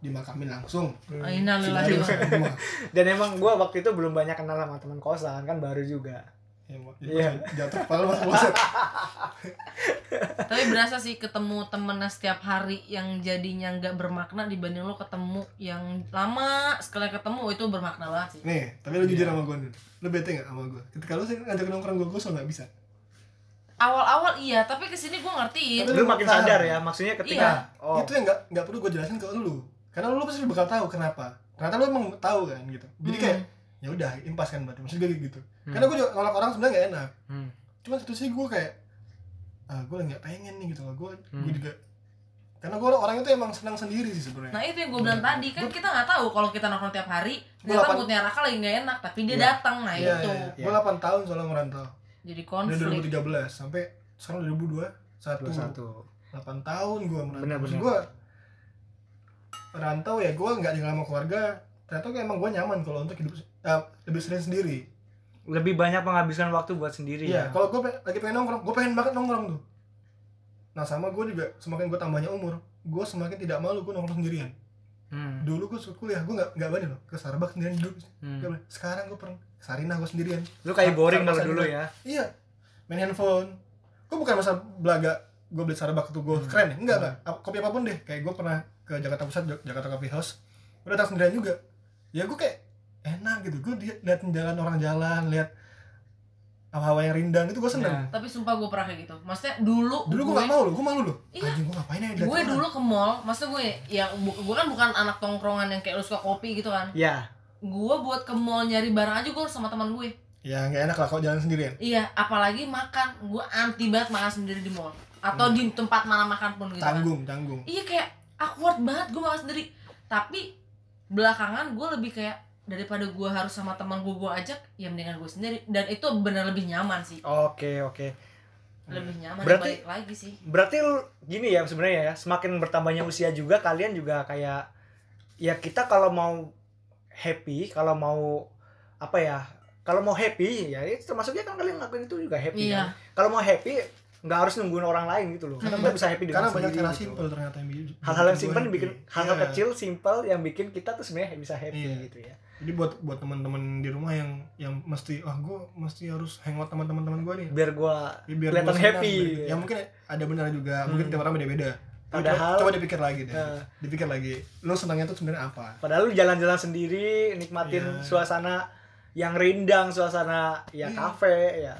dimakamin langsung.
Innalillahi wa-
Sidari langsung ke rumah.
Dan emang gue waktu itu belum banyak kenal sama temen kosan, kan baru juga.
Ya, Mak.
Iya.
Jadi Jatuh kepala masuk kloset.
tapi berasa sih ketemu temennya setiap hari yang jadinya nggak bermakna dibanding lo ketemu yang lama sekali ketemu oh, itu bermakna banget sih
Nih, tapi lu jujur sama gue nih. Lu bete gak sama gue? Ketika lu sering ngajak nongkrong gue, gue selalu gak bisa.
awal-awal iya tapi kesini gue ngertiin
Lu makin
Paham.
sadar ya, maksudnya ketika oh
Itu yang gak, gak perlu gue jelasin ke lu. Karena lu pasti bakal tahu kenapa. Ternyata lu emang tahu kan gitu. Jadi
Hmm.
kayak ya udah impas kan berarti. Maksud gue gitu. Karena gue juga nolak orang sebenarnya gak enak.
Hmm.
Cuma satu sih gue kayak ah, gue nggak pengen nih gitu loh. Gue gue
Hmm.
juga karena gue orang itu emang senang sendiri sih sebenarnya.
Nah itu yang gue bilang tadi kan kita nggak tahu kalau kita nongkrong tiap hari
Gua
ternyata
lapan-
moodnya Raka lagi nggak enak tapi dia
Iya.
datang nah
Iya,
itu
Gue 8 tahun soalnya merantau.
jadi
Dari
konflik.
2013 sampai sekarang 2002 satu.
satu.
8 tahun gue merantau.
Benar,
Terus
benar.
gue merantau ya gue nggak tinggal sama keluarga. Ternyata gue emang gue nyaman kalau untuk hidup eh, lebih sering sendiri.
lebih banyak menghabiskan waktu buat sendiri
Iya,
ya.
kalau gue pe- lagi pengen nongkrong, gue pengen banget nongkrong tuh. Nah sama gue juga, semakin gue tambahnya umur, gue semakin tidak malu gue nongkrong sendirian.
Hmm,
Dulu gue suka kuliah, gue gak, nggak berani loh ke Starbucks sendirian dulu.
hmm.
Nggak berani. Sekarang gue pernah ke Sarinah gue sendirian.
Lu kayak boring
Sama-
kalau
sama
dulu
dulu.
ya.
Iya, main handphone. Gue bukan masa belaga gue beli Starbucks tuh gue
Hmm.
keren ya, enggak
Hmm.
enggak. Ap- Kopi apapun deh, kayak gue pernah ke Jakarta Pusat, Jak- Jakarta Coffee House, gue datang sendirian juga. Ya gue kayak enak gitu, gue dia- liatin jalan orang jalan, lihat hawa-hawa yang rindang itu gue seneng.
Iya.
tapi sumpah gue pernah kayak gitu maksudnya dulu
Dulu gue gak mau loh, gue malu loh.
Iya.
Anjing gue ngapain ya di
gue
acara?
dulu ke mall maksudnya gue ya bu- gue kan bukan anak tongkrongan yang kayak lu suka kopi gitu kan
Ya,
gue buat ke mall nyari barang aja gue harus sama teman gue
Ya gak enak lah kalau jalan sendirian.
iya apalagi makan gue anti banget makan sendiri di mall atau di tempat mana makan pun gitu kan
Tanggung, tanggung.
iya kayak awkward banget gue makan sendiri tapi belakangan gue lebih kayak daripada gue harus sama teman gue gue ajak ya mendingan gue sendiri dan itu benar lebih nyaman sih
oke, oke.
lebih nyaman
Berarti-
balik lagi sih
Berarti lu- gini ya sebenarnya ya, semakin bertambahnya usia juga kalian juga kayak ya kita kalau mau happy, kalau mau apa ya? Kalau mau happy ya itu termasuknya kan kalian ngelakuin itu juga happy kan?
iya
Kalau mau happy nggak harus nungguin orang lain gitu loh.
Karena
kita bisa happy dengan
Karena banyak
sendiri
cara
gitu.
simpel ternyata yang bikin-
Hal-hal yang
bikin
simple
gue
bikin
happy.
hal-hal
Iya.
kecil simple yang bikin kita tuh sebenarnya bisa happy
Iya.
gitu ya.
Jadi buat buat teman-teman di rumah yang yang mesti ah gue mesti harus hangout sama teman-teman gue nih.
Biar gua
Ya, biar
Kelihatan
gua senang,
happy.
biar gitu. Ya mungkin ada benar juga,
Hmm.
mungkin tiap orang beda-beda. Tapi
Padahal-
coba, coba dipikir lagi deh.
eh,
Dipikir lagi, lo senangnya tuh sebenarnya apa?
Padahal lu jalan-jalan sendiri, nikmatin
Iya.
suasana yang rindang, suasana ya
Iya.
kafe ya.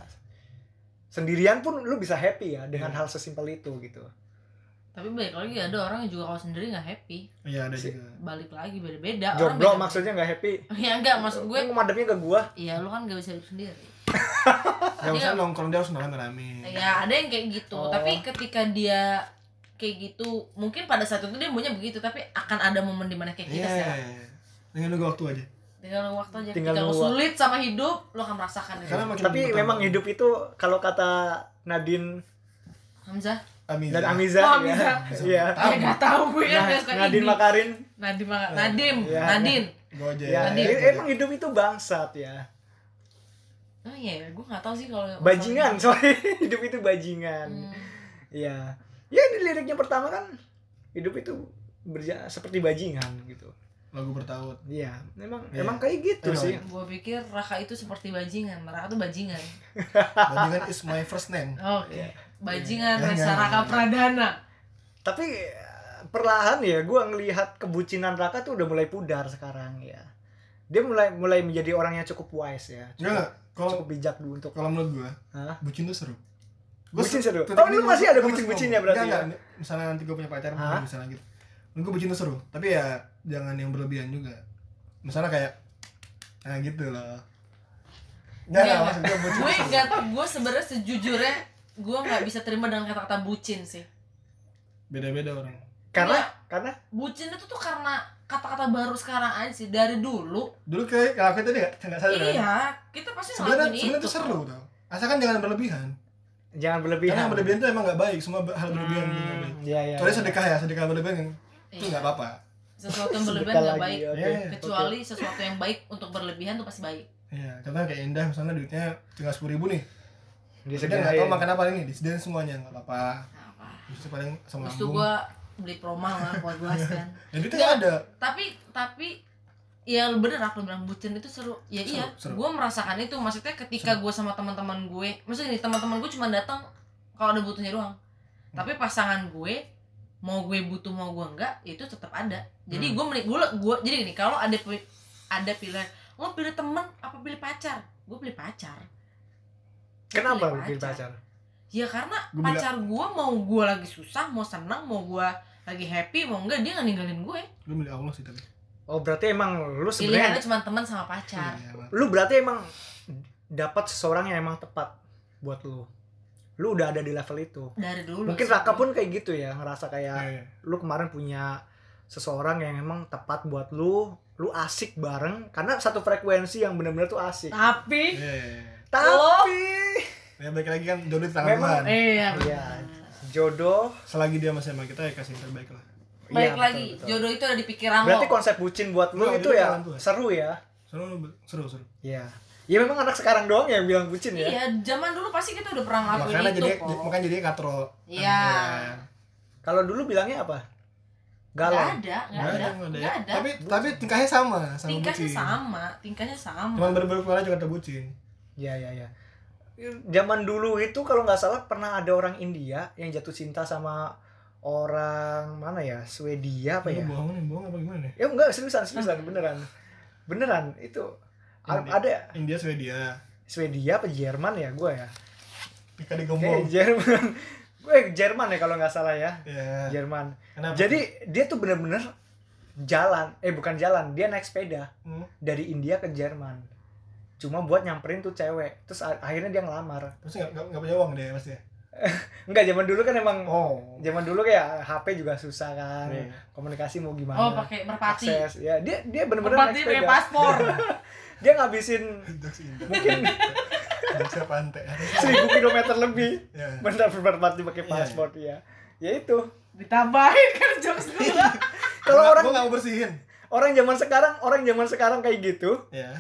Sendirian pun lu bisa happy ya dengan
Iya.
hal sesimpel itu gitu.
tapi balik lagi ada orang yang juga kalau sendiri nggak happy
Iya ada
Si-
juga.
balik lagi beda-beda Nah, orang
Jomblo
beda-
maksudnya nggak happy.
ya enggak maksud gue
Lu madepnya ke gua.
Iya lu kan gak bisa hidup sendiri
Gak
ya-
usah nongkrong dia harus nongkrong rame.
Iya,
Ya ada yang kayak gitu
Oh.
Tapi ketika dia kayak gitu Mungkin pada saat itu dia maunya begitu Tapi akan ada momen dimana kayak kita
Iya.
sih
iya, iya. Dengan nunggu waktu aja.
Tinggal nunggu waktu aja
Tinggal
Ketika lu
nunggu waktu.
sulit sama hidup Lu akan merasakan itu
Karena makin
Tapi
bertambah.
memang hidup itu kalau kata Nadine
Hamzah
Amiza.
dan Amiza ya.
Oh, Amiza.
Iya.
Ya gak tau gue
Nah,
kan gak suka
Nadine
ini
Makarin
Nadim Maka- Nadim
Iya.
Nadine
Gojek.
ya,
Nadine.
eh, emang hidup itu bangsat ya.
Oh iya gue gak tau sih kalau
Bajingan, sorry. hidup itu bajingan.
Hmm.
Iya. Ya ini liriknya pertama kan hidup itu berja seperti bajingan gitu.
lagu bertaut.
Iya, memang
Iya.
emang kayak gitu
Emang.
sih.
Gue pikir Raka itu seperti bajingan Raka tuh bajingan
Bandingan is my first name.
Oke
Iya.
Bajingan
Iya.
Reza
Jangan.
Raka Pradana
Tapi eh, perlahan ya gua ngelihat kebucinan Raka tuh udah mulai pudar sekarang ya. Dia mulai mulai menjadi orang yang cukup wise ya. Cukup,
Enggak, kalau
cukup bijak dulu untuk
kalau menurut gua,
Hah?
bucin tuh seru.
Bucin
se-
seru.
titik
Oh, lu
ini
masih ada
gua
bucin-bucinnya
ngomong.
berarti
Enggak,
ya?
enggak. Misalnya nanti gua punya pacar,
Hah?
misalnya gitu. Menurut gua bucin tuh seru, tapi ya jangan yang berlebihan juga. Misalnya kayak nah gitu loh. Enggak,
Iya,
enggak,
enggak.
maksud gua bucin
gue
tuh seru.
nggak gue sebenarnya sejujurnya gue nggak bisa terima dengan kata-kata bucin sih
Beda-beda orang.
karena karena
bucin itu tuh karena kata-kata baru sekarang aja sih dari dulu
Dulu kayak kalau kita enggak enggak sadar. kan?
iya kita pasti
Sebenarnya
ngelakuin
sebenarnya
itu
tuh seru tau. Asalkan jangan berlebihan.
jangan berlebihan.
Karena yang berlebihan tuh emang enggak baik, semua be- hal berlebihan tuh nggak baik.
Iya. Hmm, Iya, iya.
Kecuali
iya.
sedekah ya, sedekah berlebihan itu
Iya.
enggak apa-apa.
sesuatu yang berlebihan
Sedekah lagi,
nggak baik
oke.
Iya, iya.
kecuali sesuatu yang baik untuk berlebihan tuh pasti baik
Iya, contohnya kayak Indah misalnya duitnya tinggal sepuluh ribu nih,
Dia
dia nggak tahu
sedahin.
makan apa ini, disediain semuanya nggak apa-apa.
Nah, apa
Justru paling sama
terus tuh gue beli promal lah buat gue kan
Dan itu nggak ada.
tapi tapi ya lu bener aku bilang bucin itu seru ya
Seru,
iya
seru.
gue merasakan itu maksudnya ketika gue sama teman-teman gue maksudnya ini teman-teman gue cuma datang kalau ada butuhnya doang
Hmm.
tapi pasangan gue mau gue butuh mau gue enggak ya itu tetap ada jadi
Hmm.
gue menik gue gue jadi gini kalau ada pi- ada pilihan lo pilih temen apa pilih pacar gue pilih pacar Gua
Kenapa lu
Iya.
pilih pacar?
ya karena
Gua bilang-
pacar gue mau gue lagi susah mau senang mau gue lagi happy mau enggak dia nggak ninggalin gue
Lu milih Allah sih tapi.
Oh, berarti emang lu sebenarnya
pilihannya cuma teman sama pacar
Iya, Mat.
lu berarti emang dapat seseorang yang emang tepat buat lu lu udah ada di level itu
dari dulu
mungkin
sih.
Raka pun kayak gitu ya ngerasa
Iya,
kayak
iya.
lu kemarin punya seseorang yang emang tepat buat lu lu asik bareng karena satu frekuensi yang bener-bener tuh asik
tapi
Iya, iya, iya.
tapi
Oh.
Ya baik lagi kan jodoh di tangan
Memang,
Tuhan.
iya
Iya. jodoh
Selagi dia masih sama kita ya kasih yang terbaik lah.
balik
Iya,
lagi
betul, betul.
jodoh Iya, itu ada di pikiran
berarti
lo
konsep bucin buat lu
Lu
itu
ambil
ya
jalan Tuhan.
seru ya
Seru seru seru.
Iya ya memang anak sekarang doang yang bilang bucin ya
Iya, zaman dulu pasti kita udah pernah ngelakuin
makanya
itu
jadi
kok.
makanya jadi katro
Iya.
kalau dulu bilangnya apa
Gak
galau
ada, gak
Nggak
ada,
nggak ada
gak
ya.
ada.
tapi tapi tingkahnya sama sama
Tingkahnya
bucin
sama, tingkahnya sama.
cuman berbeda keluarga juga ada bucin
ya ya ya zaman dulu itu kalau nggak salah pernah ada orang India yang jatuh cinta sama orang mana ya Swedia apa ya
Ini bohong nih bohong apa gimana
ya
ya
enggak seriusan seriusan beneran beneran itu A-
India.
ada
India Swedia
Swedia apa Jerman ya gue ya
Ika di
kayak
Gembong
Jerman gue Jerman ya kalau nggak salah ya
ya
Jerman
kenapa
Jadi dia tuh bener-bener jalan, eh bukan jalan, dia naik sepeda
Hmm,
dari India ke Jerman. Cuma buat nyamperin tuh cewek. Terus a- akhirnya dia ngelamar.
pasti nggak nggak nggak punya uang deh pasti ya
Enggak, zaman dulu kan emang
oh
zaman dulu kayak HP juga susah kan.
Iya.
Komunikasi mau gimana?
Oh, pakai merpati.
Akses. Ya, dia dia bener-bener ya.
Merpati
naik
pakai
sepeda.
paspor.
Dia ngabisin
Jokes Indo.
mungkin
Jokesnya pantai.
1000 km lebih
Ya.
bener berpati pakai
Iya,
paspor ya. Ya itu.
Ditambahin kan jokes dulu.
Kalau
Gua-
orang
gua nggak mau bersihin.
orang zaman sekarang, orang zaman sekarang kayak gitu,
Ya.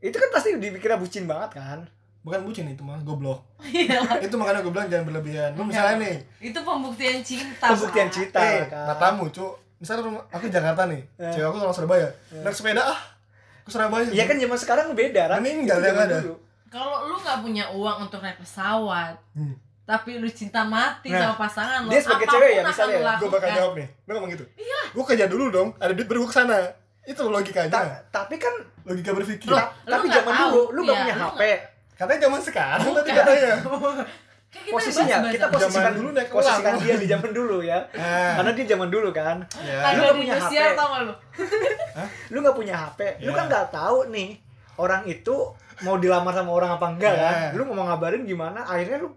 itu kan pasti dipikirnya bucin banget kan.
Bukan bucin itu mah goblok.
Iya.
Itu makanya gue bilang jangan berlebihan.
Iya.
Lu misalnya nih,
Itu pembuktian cinta.
pembuktian
Pak.
cinta
eh,
kan.
matamu, Cuk. Misalnya rumah- aku di Jakarta nih,
Ya.
cewek aku orang Surabaya. Naik sepeda ah. Ke Surabaya.
Iya kan zaman sekarang beda kan.
Meninggal yang ada.
Kalau lu nggak punya uang untuk naik pesawat,
Hmm.
tapi lu cinta mati
Nah,
sama pasangan lu,
dia sebagai
apapun
cewek ya,
akan
misalnya,
lu
Gue bakal
lakukan.
jawab nih. Lu ngomong gitu.
Iya.
Gue kerja dulu dong, ada duit baru gue kesana. Itu logikanya.
Ta- tapi kan
Logika berpikir.
Loh, lu
tapi
nggak
zaman
tahu.
dulu lu gak
Iya,
punya
lu
HP.
nggak-
Katanya zaman sekarang tadi
Bukan.
katanya.
Kan kita
Posisinya
bahas-bahas
kita
apa?
posisikan
Zaman dulu naik kan.
posisikan
ulang.
dia di zaman dulu ya.
Ah,
Karena dia zaman dulu kan.
ya.
Tadi
Lu
ada
nggak punya
Indosiar,
HP.
tau nggak lu?
Lu gak punya HP. Lu
Iya.
kan gak tahu nih orang itu mau dilamar sama orang apa enggak
Iya.
kan. Lu mau ngabarin gimana akhirnya lu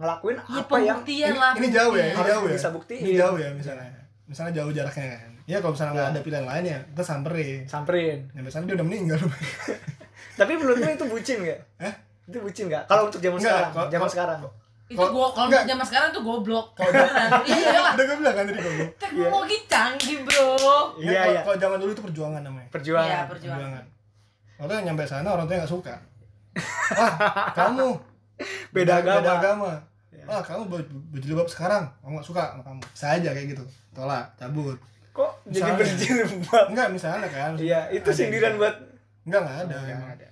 ngelakuin
Ya
apa yang
pembuktian lah.
ini jauh ya, ini
Harus
jauh ya.
bisa buktiin.
Ini jauh ya misalnya. Misalnya jauh jaraknya kan. Iya kalau misalnya nggak
Ya.
ada pilihan lain ya, kita samperin.
samperin.
Nyampe sana dia udah meninggal.
Tapi menurut lu itu bucin gak?
Eh?
Itu bucin gak? Kalau untuk zaman
Nggak,
sekarang,
kalau-
zaman
kalau-
sekarang.
Itu gua kalau
Nggak.
zaman sekarang tuh goblok.
Kalau- Iya.
Beneran. Iya lah.
udah gue bilang kan tadi gue.
Teknologi canggih, Bro.
Iya,
Iya,
kalau-
iya.
Kalau zaman dulu itu perjuangan namanya.
Perjuangan.
Iya,
Perjuangan.
perjuangan.
Waktu yang nyampe sana orang tuanya nggak suka. Wah, kamu
Beda
Beda
agama.
agama.
Ya.
Wah, kamu ber- berjilbab sekarang. Aku nggak suka sama kamu. Bisa aja kayak gitu. Tolak, cabut.
Kok jadi
Misalnya.
berjilbab?
Enggak, misalnya kan.
Iya, itu
Ada
sindiran
yang-
buat
Enggak, enggak ada.
Nggak
emang.
ada.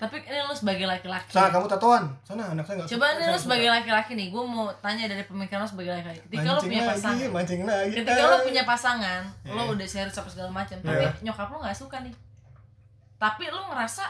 Tapi ini lu sebagai laki-laki.
Sana kamu tatoan. Sana anak saya nggak
Coba
suka,
nih
saya
lu
suka.
sebagai laki-laki nih, gua mau tanya dari pemikiran lu sebagai laki-laki. Ketika lu
Mancing
punya
lagi,
pasangan,
Mancing lagi. Eh.
ketika lo punya pasangan lo
Iya.
udah serius apa segala macam
Iya.
tapi nyokap lo nggak suka nih tapi lo ngerasa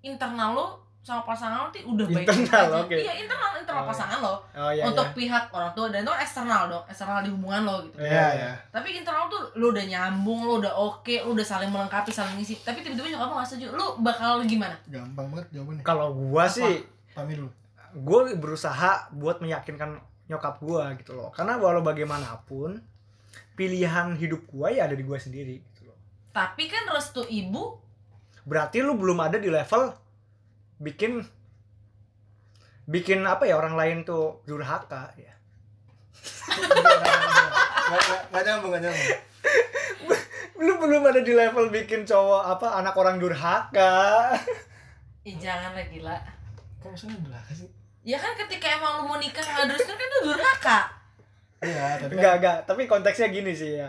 internal lo sama pasangan lo tuh udah baik
Internal, oke.
iya internal internal
Oh,
pasangan lo
Oh iya.
untuk
iya.
pihak orang tua dan itu eksternal dong eksternal di hubungan lo gitu
Iya, ya.
tapi internal tuh lo udah nyambung lo udah oke lo udah saling melengkapi saling ngisi tapi tiba-tiba nyokap lo nggak setuju lo bakal gimana
Gampang banget jawabannya.
kalau gua sih
Pamir dulu.
gua berusaha buat meyakinkan nyokap gua gitu loh. Karena walau bagaimanapun pilihan hidup gua ya ada di gua sendiri gitu loh.
tapi kan restu ibu
Berarti lu belum ada di level bikin bikin apa ya orang lain tuh durhaka ya.
Nggak nggak- nggak nyambung, nggak nyambung.
Lu belum ada di level bikin cowok apa anak orang durhaka.
Ih, jangan lah gila
Kok maksudnya belaka sih?
ya kan ketika emang lo mau nikah nggak ada restu kan itu durhaka
Iya, tapi
Enggak, enggak. Tapi konteksnya gini sih ya.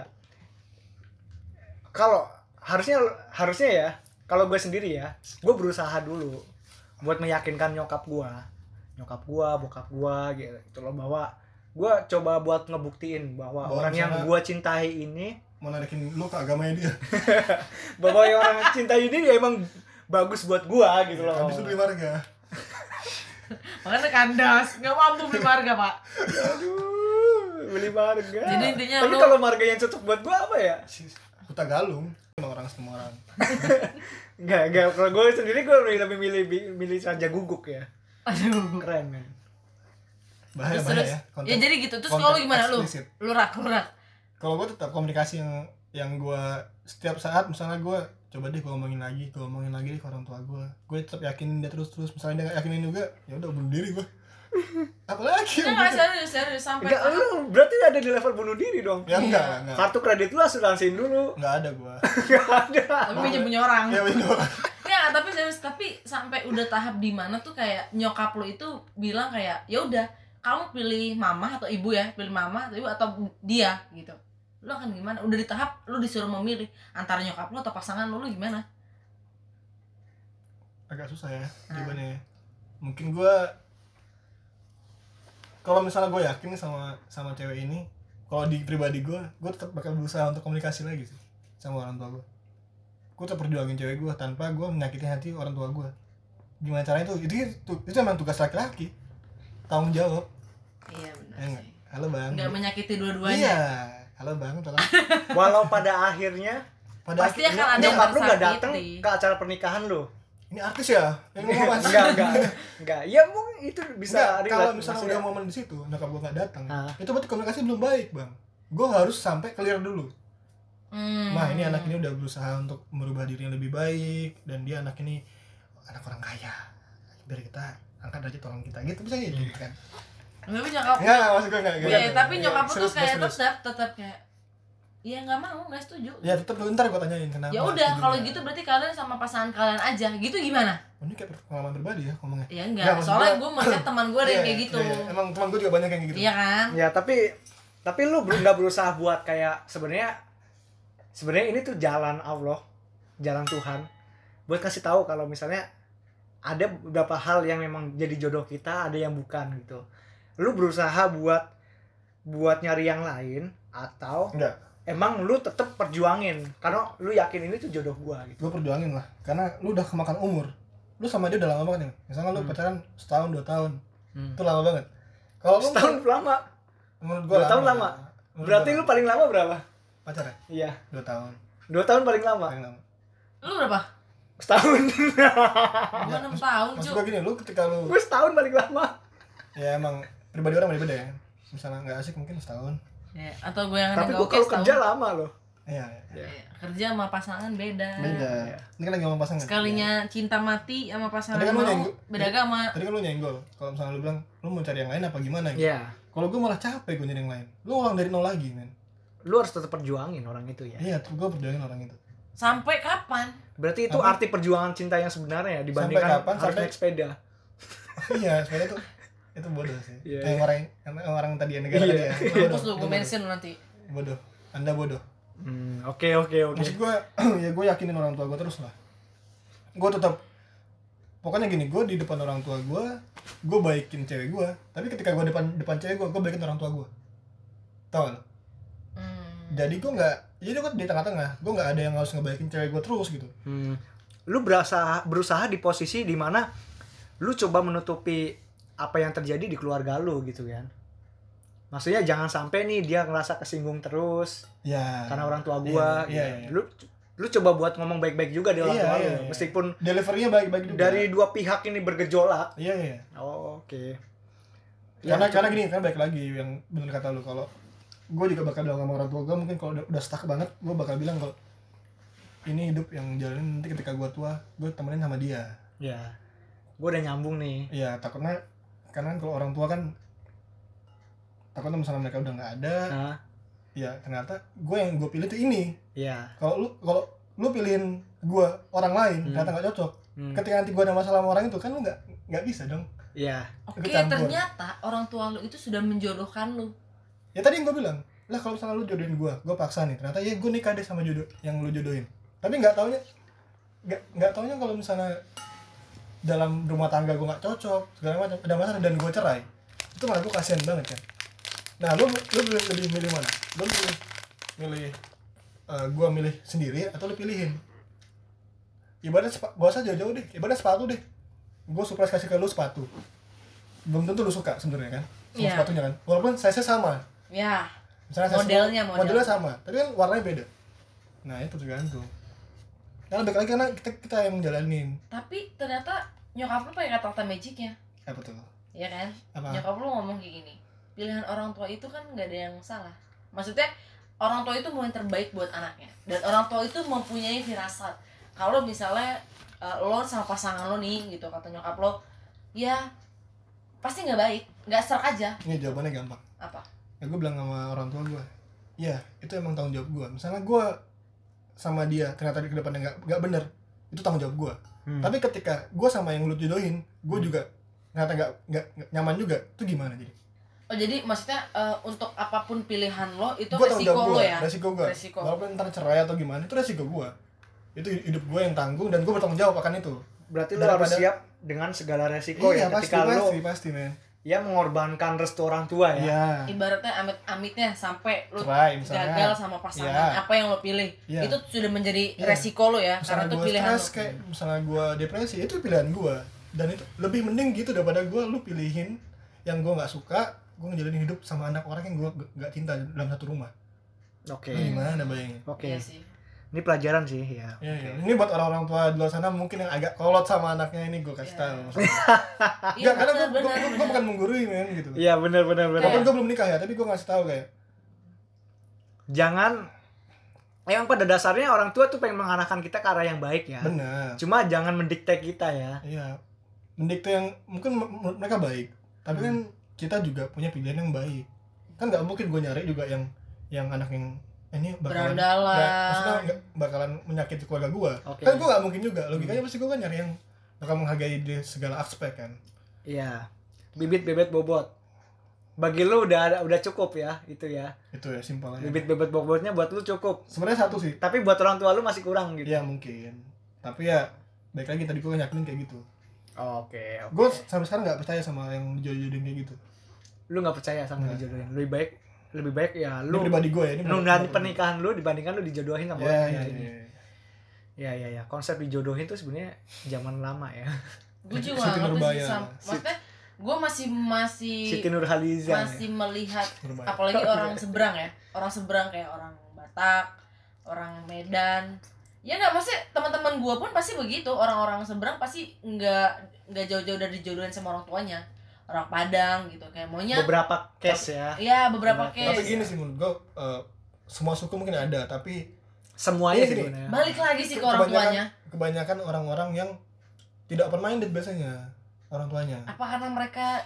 Kalau harusnya harusnya ya, kalau gue sendiri ya, gue berusaha dulu buat meyakinkan nyokap gue, nyokap gue, bokap gue gitu, gitu loh bahwa gue coba buat ngebuktiin bahwa orang
Bahwa
yang
misalnya-
gue cintai ini,
mau narikin lu ke agamanya dia.
bahwa yang orang yang cintai ini ya emang bagus buat gue gitu loh.
Habis itu ya. beli marga.
makanya kandas nggak mampu beli marga pak
Aduh, beli marga.
Jadi intinya
Tapi
lu-
kalau marga yang cocok buat gue apa ya?
Kuta galung. Emang orang semua orang.
Enggak, enggak. Kalau gue sendiri gue lebih lebih milih milih saja guguk ya.
aduh
Keren men.
Bahaya,
terus
bahaya
terus
ya. konten.
ya jadi gitu terus
konten
kalau lu gimana lu
eksplisit.
lu rak lu rak
Kalau gua tetap komunikasi yang yang gua setiap saat misalnya gua coba deh gua ngomongin lagi, gua ngomongin lagi deh ke orang tua gua. Gua tetap yakin dia terus-terus. Misalnya dia gak yakinin juga, ya udah bunuh diri gua. Apalagi
kita
yang
nggak
gitu.
serius serius sampai
Enggak, lu berarti ada di level bunuh diri dong.
Ya enggak,
Iya.
enggak.
Kartu kredit lu harus lansin dulu.
Enggak ada gua.
Enggak ada.
tapi pinjam punya orang
Ya benar.
ya Enggak, tapi serius, tapi sampai udah tahap di mana tuh kayak nyokap lu itu bilang kayak ya udah kamu pilih mama atau ibu ya, pilih mama atau ibu atau dia gitu. Lu akan gimana? Udah di tahap lu disuruh memilih antara nyokap lu atau pasangan lu, lu gimana?
agak susah ya
Ah.
jawabannya ya. mungkin gua kalau misalnya gue yakin nih sama sama cewek ini kalau di pribadi gua gue tetap bakal berusaha untuk komunikasi lagi sih sama orang tua gue gue tetap perjuangin cewek gua tanpa gua menyakiti hati orang tua gua gimana caranya itu itu itu, itu emang tugas laki-laki tanggung jawab
Iya benar
ya nggak
sih.
halo bang
Enggak menyakiti dua-duanya.
iya halo bang tolong
Walau pada akhirnya
pada
Pasti
akhirnya-
akan ada yang
nyokap lu gak
tersakiti.
datang ke acara pernikahan lu.
ini artis ya yang ngomong mas
enggak, enggak. Enggak. Ya mungkin itu bisa
Nggak,
relate,
kalau misalnya
maksudnya.
udah momen di situ nyokap gue nggak datang
Ah.
itu berarti komunikasi belum baik bang gue harus sampai clear dulu
Hmm.
nah ini anak ini udah berusaha untuk merubah dirinya lebih baik dan dia anak ini anak orang kaya biar kita angkat derajat orang kita gitu bisa gitu kan
Tapi nyokap
nggak nggak, maksud gue nggak nggak,
Iya,
nggak,
tapi
nggak.
nyokap lu tuh
Serius,
kayak
serius.
tetap tetap kayak Iya nggak mau, nggak setuju.
ya tetap dulu ntar gue tanyain kenapa
Ya udah,
setuju
kalau
nggak.
gitu berarti kalian sama pasangan kalian aja. Gitu gimana?
Oh, ini kayak pengalaman pribadi ya ngomongnya
Ya
Nggak,
enggak,
maksud
soalnya
gua-
gue melihat teman gue ada yang
Iya,
kayak gitu.
iya, iya. emang teman gue juga banyak yang kayak gitu
Iya kan?
Ya tapi tapi lu belum nggak berusaha buat kayak sebenarnya sebenarnya ini tuh jalan Allah, jalan Tuhan buat kasih tahu kalau misalnya ada beberapa hal yang memang jadi jodoh kita, ada yang bukan gitu. Lu berusaha buat buat nyari yang lain atau
Nggak.
emang lu tetap perjuangin karena lu yakin ini tuh jodoh gua gitu.
gue perjuangin lah karena lu udah kemakan umur lu sama dia udah lama banget nih misalnya lu
Hmm.
pacaran setahun dua tahun
Hmm.
itu lama banget kalau lu
Setahun lama.
menurut gua ya.
Dua tahun lama.
Menurut
Berarti
gua
lu paling lama berapa?
pacaran
Iya,
dua tahun
dua tahun paling lama.
paling lama
Lu berapa?
Setahun.
Gue
Iya,
enam
maksud-
tahun, Ju.
maksud gua gini lu ketika lu
Gue setahun paling lama.
ya emang pribadi orang beda-beda ya misalnya nggak asik mungkin setahun
Ya, atau gue yang
Tapi
nggak
gue
oke
kalau
setahun.
kerja lama loh.
iya
Iya, kerja sama pasangan beda.
beda
Iya.
ini kan lagi ngomong pasangan
Sekalinya cinta mati sama pasangan
Tapi kan lu
mau,
nyenggu-
beda agama.
tadi kan lu nyenggol kalau misalnya lu bilang lu mau cari yang lain apa gimana gitu
Iya.
kalau gua malah capek gua nyari yang lain lu ulang dari nol lagi men
Lu harus tetap perjuangin orang itu ya.
iya tuh gua perjuangin orang itu
Sampai kapan?
Berarti itu
Apa?
arti perjuangan cinta yang sebenarnya ya, dibandingkan
Sampai kapan?
harus
Sampai-
naik sepeda.
iya sebenarnya tuh itu bodoh sih
Iya,
yang orang yang orang tadi yang negara
Iya.
tadi ya Itu bodoh.
Terus lu
Itu
gue
bodoh.
mention lu nanti.
bodoh anda bodoh
Hmm, oke oke oke.
maksud gue ya gue yakinin orang tua gue terus lah gue tetap pokoknya gini gue di depan orang tua gue gue baikin cewek gue tapi ketika gue depan depan cewek gue gue baikin orang tua gue tau gak lo?
Hmm.
jadi gue nggak jadi gue di tengah-tengah gue nggak ada yang harus ngebaikin cewek gue terus gitu
Hmm. Lu berusaha berusaha di posisi di mana lu coba menutupi apa yang terjadi di keluarga lu gitu kan. Maksudnya jangan sampai nih dia ngerasa kesinggung terus
ya
karena orang tua gua.
iya,
gitu.
iya.
Lu lu coba buat ngomong baik-baik juga di orang
Iya,
tua
iya,
lu
iya.
meskipun
deliverynya baik-baik juga
dari dua pihak ini bergejolak.
iya iya
Oh, oke. Ya,
karena
coba.
karena gini kan baik lagi yang bener kata lu kalau gue juga bakal bilang sama orang tua gue mungkin kalau udah, udah stuck banget gue bakal bilang kalau ini hidup yang jalanin nanti ketika gue tua gue temenin sama dia
Ya. Gue udah nyambung nih.
Iya takutnya karena kan kalau orang tua kan takutnya misalnya mereka udah nggak ada
Nah,
ya ternyata gue yang gue pilih tuh ini
ya.
kalau lu kalau lu pilihin gue orang lain
Hmm.
ternyata nggak cocok
Hmm,
ketika nanti gue ada masalah sama orang itu kan lu nggak nggak bisa dong
ya.
Oke,
Kecampur.
ternyata orang tua lu itu sudah menjodohkan lu.
ya tadi yang gue bilang lah kalau misalnya lu jodohin gue gue paksa nih ternyata ya gue nikah deh sama jodoh yang lu jodohin tapi nggak taunya nggak nggak taunya kalau misalnya dalam rumah tangga gue nggak cocok segala macam ada masalah dan gue cerai itu malah gue kasihan banget kan nah lu lu lebih, lebih milih mana lu milih milih eh, gue milih sendiri atau lu pilihin ibadah sepa, gak usah jauh-jauh deh ibadah sepatu deh gue surprise kasih ke lu sepatu belum tentu lu suka sebenarnya kan sama
Iya.
sepatunya kan walaupun size nya sama
Ya,
misalnya saya
modelnya
semua-
model.
modelnya sama tapi kan warnanya beda nah itu tergantung karena balik lagi karena kita kita yang jalanin
Tapi ternyata nyokap lu pakai kata-kata magicnya,
apa tuh
ya kan?
apa
nyokap lu ngomong kayak gini pilihan orang tua itu kan nggak ada yang salah maksudnya orang tua itu mau yang terbaik buat anaknya dan orang tua itu mempunyai firasat kalau misalnya eh, lo sama pasangan lo nih gitu kata nyokap lo ya pasti nggak baik nggak serk aja
ini Iya, jawabannya gampang
apa
ya gue bilang sama orang tua gue ya itu emang tanggung jawab gue misalnya gue sama dia ternyata di kedepannya nggak nggak bener itu tanggung jawab gue
Hmm.
tapi ketika gue sama yang lu jodohin
Hmm.
gue juga ternyata nggak nggak nggak nyaman juga itu gimana jadi
Oh jadi maksudnya eh, untuk apapun pilihan lo itu
gue tanggung
resiko
jawab
lo
gue
ya.
resiko gue
Resiko.
walaupun ntar cerai atau gimana itu resiko gue itu hidup gue yang tanggung dan gue bertanggung jawab akan itu
Berarti lu
Daripada-
harus siap dengan segala resiko ya
iya pasti
ketika lu
pasti pasti men
ya mengorbankan restu orang tua ya.
iya
Ibaratnya amit-amitnya sampai lo
cerai misalnya
gagal sama pasangan
Iya.
apa yang lo pilih
Iya.
itu sudah menjadi
Iya.
resiko lo ya karena
misalnya
itu
gue
pilihan
stres
lo.
kayak misalnya gue depresi itu pilihan gue dan itu lebih mending gitu daripada gue lu pilihin yang gue nggak suka gue ngejalanin hidup sama anak orang yang gue nggak cinta dalam satu rumah
Oke.
Lu gimana bayangin
Oke.
Iya sih.
Ini pelajaran sih ya.
Iya, iya. ini buat orang-orang tua di luar sana mungkin yang agak kolot sama anaknya ini gue kasih
Iya.
tahu.
Iya,
Enggak, Ah, karena gue
benar, benar, benar.
bukan menggurui men gitu.
Iya benar benar Iya. benar.
Walaupun gue belum nikah ya, tapi gue ngasih tahu kayak
Jangan Emang pada dasarnya orang tua tuh pengen mengarahkan kita ke arah yang baik ya.
benar.
Cuma jangan mendikte kita ya.
Iya. Mendikte yang mungkin menurut mereka baik, tapi kan
Hmm.
kita juga punya pilihan yang baik. Kan nggak mungkin gue nyari juga yang yang anak yang ini bakalan
Berandalan.
nggak- maksudnya nggak- bakalan menyakiti keluarga gue.
Oke. Hmm.
Kan gue nggak mungkin juga. Logikanya pasti gue kan nyari yang bakal menghargai di segala aspek kan.
Iya. Bibit bebet bobot. Bagi lu udah ada- udah cukup ya itu ya.
Itu ya simpel aja.
Bibit bebet bobotnya buat lu cukup.
Sebenarnya satu sih.
Tapi buat orang tua lu masih kurang gitu.
Iya mungkin. Tapi ya baik lagi tadi gue yakin kayak gitu.
Oke. oke.
Gue sampai sekarang nggak percaya sama yang jodoh-jodohin kayak gitu.
Lu nggak percaya sama
Nggak.
dijodohin. Lebih baik lebih baik ya
Ini
lu
pribadi gue ya. Ini
nunda pernikahan lu dibandingkan lu dijodohin sama
Ya,
orang
ya,
kayak
ya.
gini. Iya iya iya. Konsep dijodohin tuh sebenarnya zaman lama ya.
gue juga
Siti
nggak ngerti
Nurbaya.
sih sam- maksudnya gue masih masih
Siti ya. Nurhaliza.
masih melihat
Lumayan.
apalagi orang seberang ya orang seberang kayak orang Batak orang Medan ya nggak maksudnya teman-teman gue pun pasti begitu orang-orang seberang pasti nggak nggak jauh-jauh dari jodohan sama orang tuanya orang Padang gitu kayak maunya
Beberapa case ya.
ya beberapa
Beberapa-
Tapi
case
gini sih menurut gue, semua suku mungkin ada, tapi
Semuanya
Ini
ya sih
nih,
sebenarnya.
balik lagi sih ke orang
ya. Kebanyakan-
tuanya
kebanyakan orang-orang yang tidak open minded biasanya orang tuanya.
apa karena mereka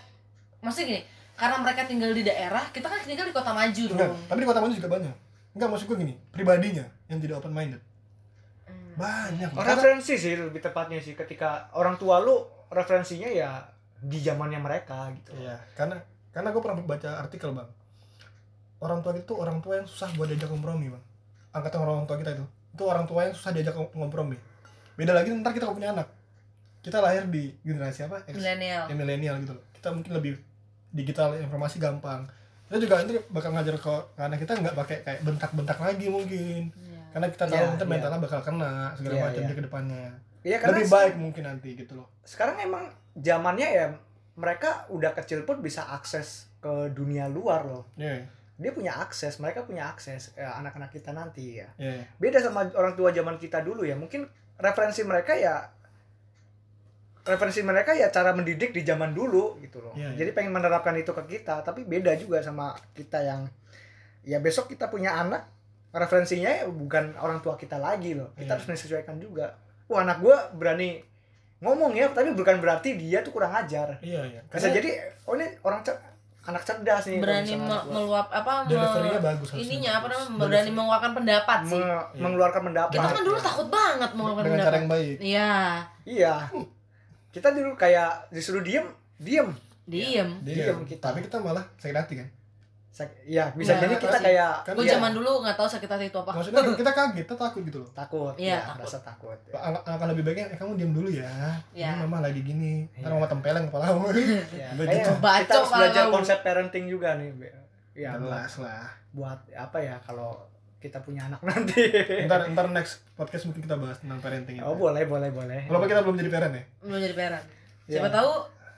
maksudnya gini karena mereka tinggal di daerah kita kan tinggal di kota maju
Enggak,
dong
tapi di kota Bandung juga banyak. Enggak maksud gue gini, pribadinya yang tidak open minded
Hmm.
banyak.
Oh,
Karena-
referensi sih lebih tepatnya sih ketika orang tua lu referensinya ya di zamannya mereka gitu.
Iya, karena karena gue pernah baca artikel bang. Orang tua itu orang tua yang susah buat diajak kompromi bang. Angkatan orang tua kita itu, itu orang tua yang susah diajak kom- kompromi. Beda lagi ntar kita punya anak. Kita lahir di generasi apa? X,
milenial
ya, milenial gitu loh. Kita mungkin lebih digital informasi gampang. Kita juga nanti bakal ngajar ke ke anak kita nggak pakai kayak bentak-bentak lagi mungkin.
Iya.
Karena kita tahu
Iya,
nanti
iya.
mentalnya bakal kena segala
Iya,
macam
iya.
dia ke depannya.
Iya karena
Lebih
se-
baik mungkin nanti gitu loh.
sekarang emang zamannya ya mereka udah kecil pun bisa akses ke dunia luar loh.
Iya,
Dia punya akses, mereka punya akses ya, anak-anak kita nanti ya.
iya.
beda sama orang tua zaman kita dulu ya mungkin referensi mereka ya referensi mereka ya cara mendidik di zaman dulu gitu loh
Iya, iya.
jadi pengen menerapkan itu ke kita tapi beda juga sama kita yang ya besok kita punya anak referensinya ya bukan orang tua kita lagi loh kita
Iya.
harus menyesuaikan juga wah anak gua berani ngomong ya tapi bukan berarti dia tuh kurang ajar
Iya, iya.
bisa jadi oh ini orang cer- anak cerdas nih kalau
berani
misalnya
me-
anak gua.
meluap apa me-
delivery-nya bagus harusnya
ininya apa
bagus.
namanya berani mengeluarkan pendapat sih
Me-
Iya.
mengeluarkan pendapat
kita kan dulu
Iya.
takut banget mengeluarkan
dengan cara
pendapat
yang baik
iya
Iya. Kita dulu kayak disuruh diem, diem.
diem
Diam kita.
tapi kita malah sakit hati kan
Sak- Iya, bisa
Nah,
jadi kita
pasti.
kayak
Kan
gue
iya.
zaman dulu nggak tahu sakit hati itu apa
maksudnya kan kita kaget kita takut gitu loh
takut.
Iya,
Iya,
takut.
rasa takut. ya.
Ang- angka lebih baiknya eh, kamu diam dulu ya
Iya.
ini mama lagi gini ntar
Iya.
mama tempeleng kepala kamu
Iya.
Begitu.
Kayak kita
Baco
harus belajar
kalau-
konsep parenting juga nih. Be. Iya, buat,
jelas lah
buat apa ya kalau kita punya anak nanti.
ntar ntar next podcast mungkin kita bahas tentang parenting ya
oh, boleh, boleh, boleh.
walaupun kita belum jadi parent ya
belum jadi parent
Iya.
siapa tahu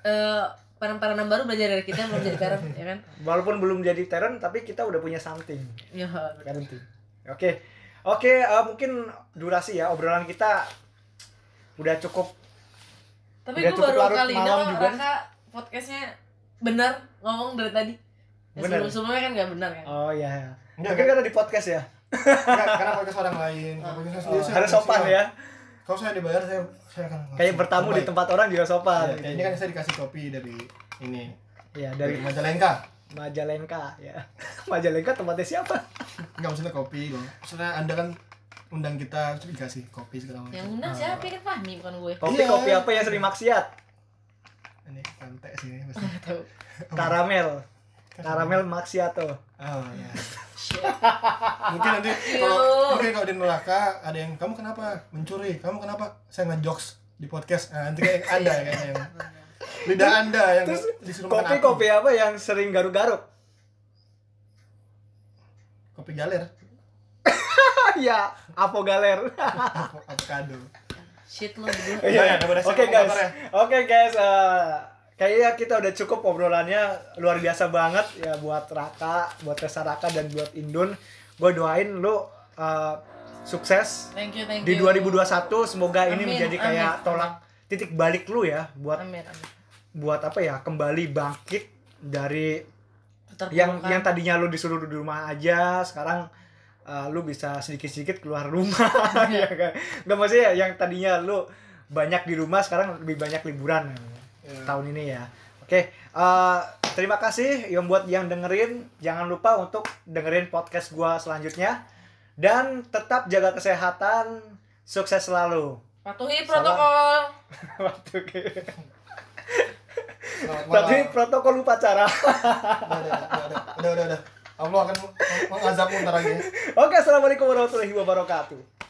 eh parent-parent yang baru belajar dari kita yang belum jadi parent ya kan
Walaupun belum jadi parent tapi kita udah punya something.
ya
Parenting. Oke. Oke, eh, mungkin durasi ya obrolan kita udah cukup
tapi
Udah
gue
cukup
baru
larut
kali ini
malam
loh
juga.
Raka podcastnya benar ngomong dari tadi ya,
Benar.
sebelum sebelumnya kan nggak benar kan
Oh ya.
Enggak,
Mungkin karena di podcast ya.
Iya, enggak, karena podcast orang lain kalau podcast
Oh,
saya sendiri, saya
harus
profesional.
sopan ya.
kalau saya dibayar saya saya akan
kayak bertamu di tempat orang juga sopan
Iya,
gitu.
kayak ini kan saya dikasih kopi dari ini
ya dari
dari Majalengka
Majalengka ya Majalengka tempatnya siapa
Iya. Enggak maksudnya kopi loh. Maksudnya Anda kan undang kita terus dikasih kopi segala macam
yang undang siapa kan Fahmi bukan gue
kopi
Iya.
kopi apa yang sering maksiat
ini pantek sih ini pasti
Nggak tahu
karamel karamel maksiato
oh ya
Shit.
mungkin nanti
you.
kalau mungkin kalau di neraka ada yang kamu kenapa mencuri kamu kenapa saya ngejokes di podcast nah, nanti kayak ada kayaknya yang lidah anda yang
Terus
disuruh
kopi
makan aku.
kopi apa yang sering garuk-garuk
kopi galer
ya apo galer
Avo- avocado
shit lo berdua
Iya, nggak boleh
Oh oke
sebut
guys
kabarnya.
oke guys eh, kayaknya kita udah cukup obrolannya luar biasa banget ya buat Raka buat Tessa Raka dan buat Indun gue doain lu eh, sukses
thank you thank
di
you
2021 semoga ini
Amin,
menjadi kayak
amin.
tolak titik balik lu ya buat
amin amin
buat apa ya kembali bangkit dari
Keterpurukan.
yang yang tadinya lu disuruh di rumah aja sekarang uh, lu bisa sedikit-sedikit keluar rumah ya
Iya.
kan nggak maksudnya yang tadinya lu banyak di rumah sekarang lebih banyak liburan
Ya.
tahun ini ya oke uh, terima kasih yang buat yang dengerin jangan lupa untuk dengerin podcast gua selanjutnya dan tetap jaga kesehatan sukses selalu
patuhi
Salah.
protokol
Waduh, kayak-
Selamat malam.
tapi protokol upacara
Iya. udah udah udah, udah udah udah udah Allah akan mengazabmu ntar lagi
oke assalamualaikum warahmatullahi wabarakatuh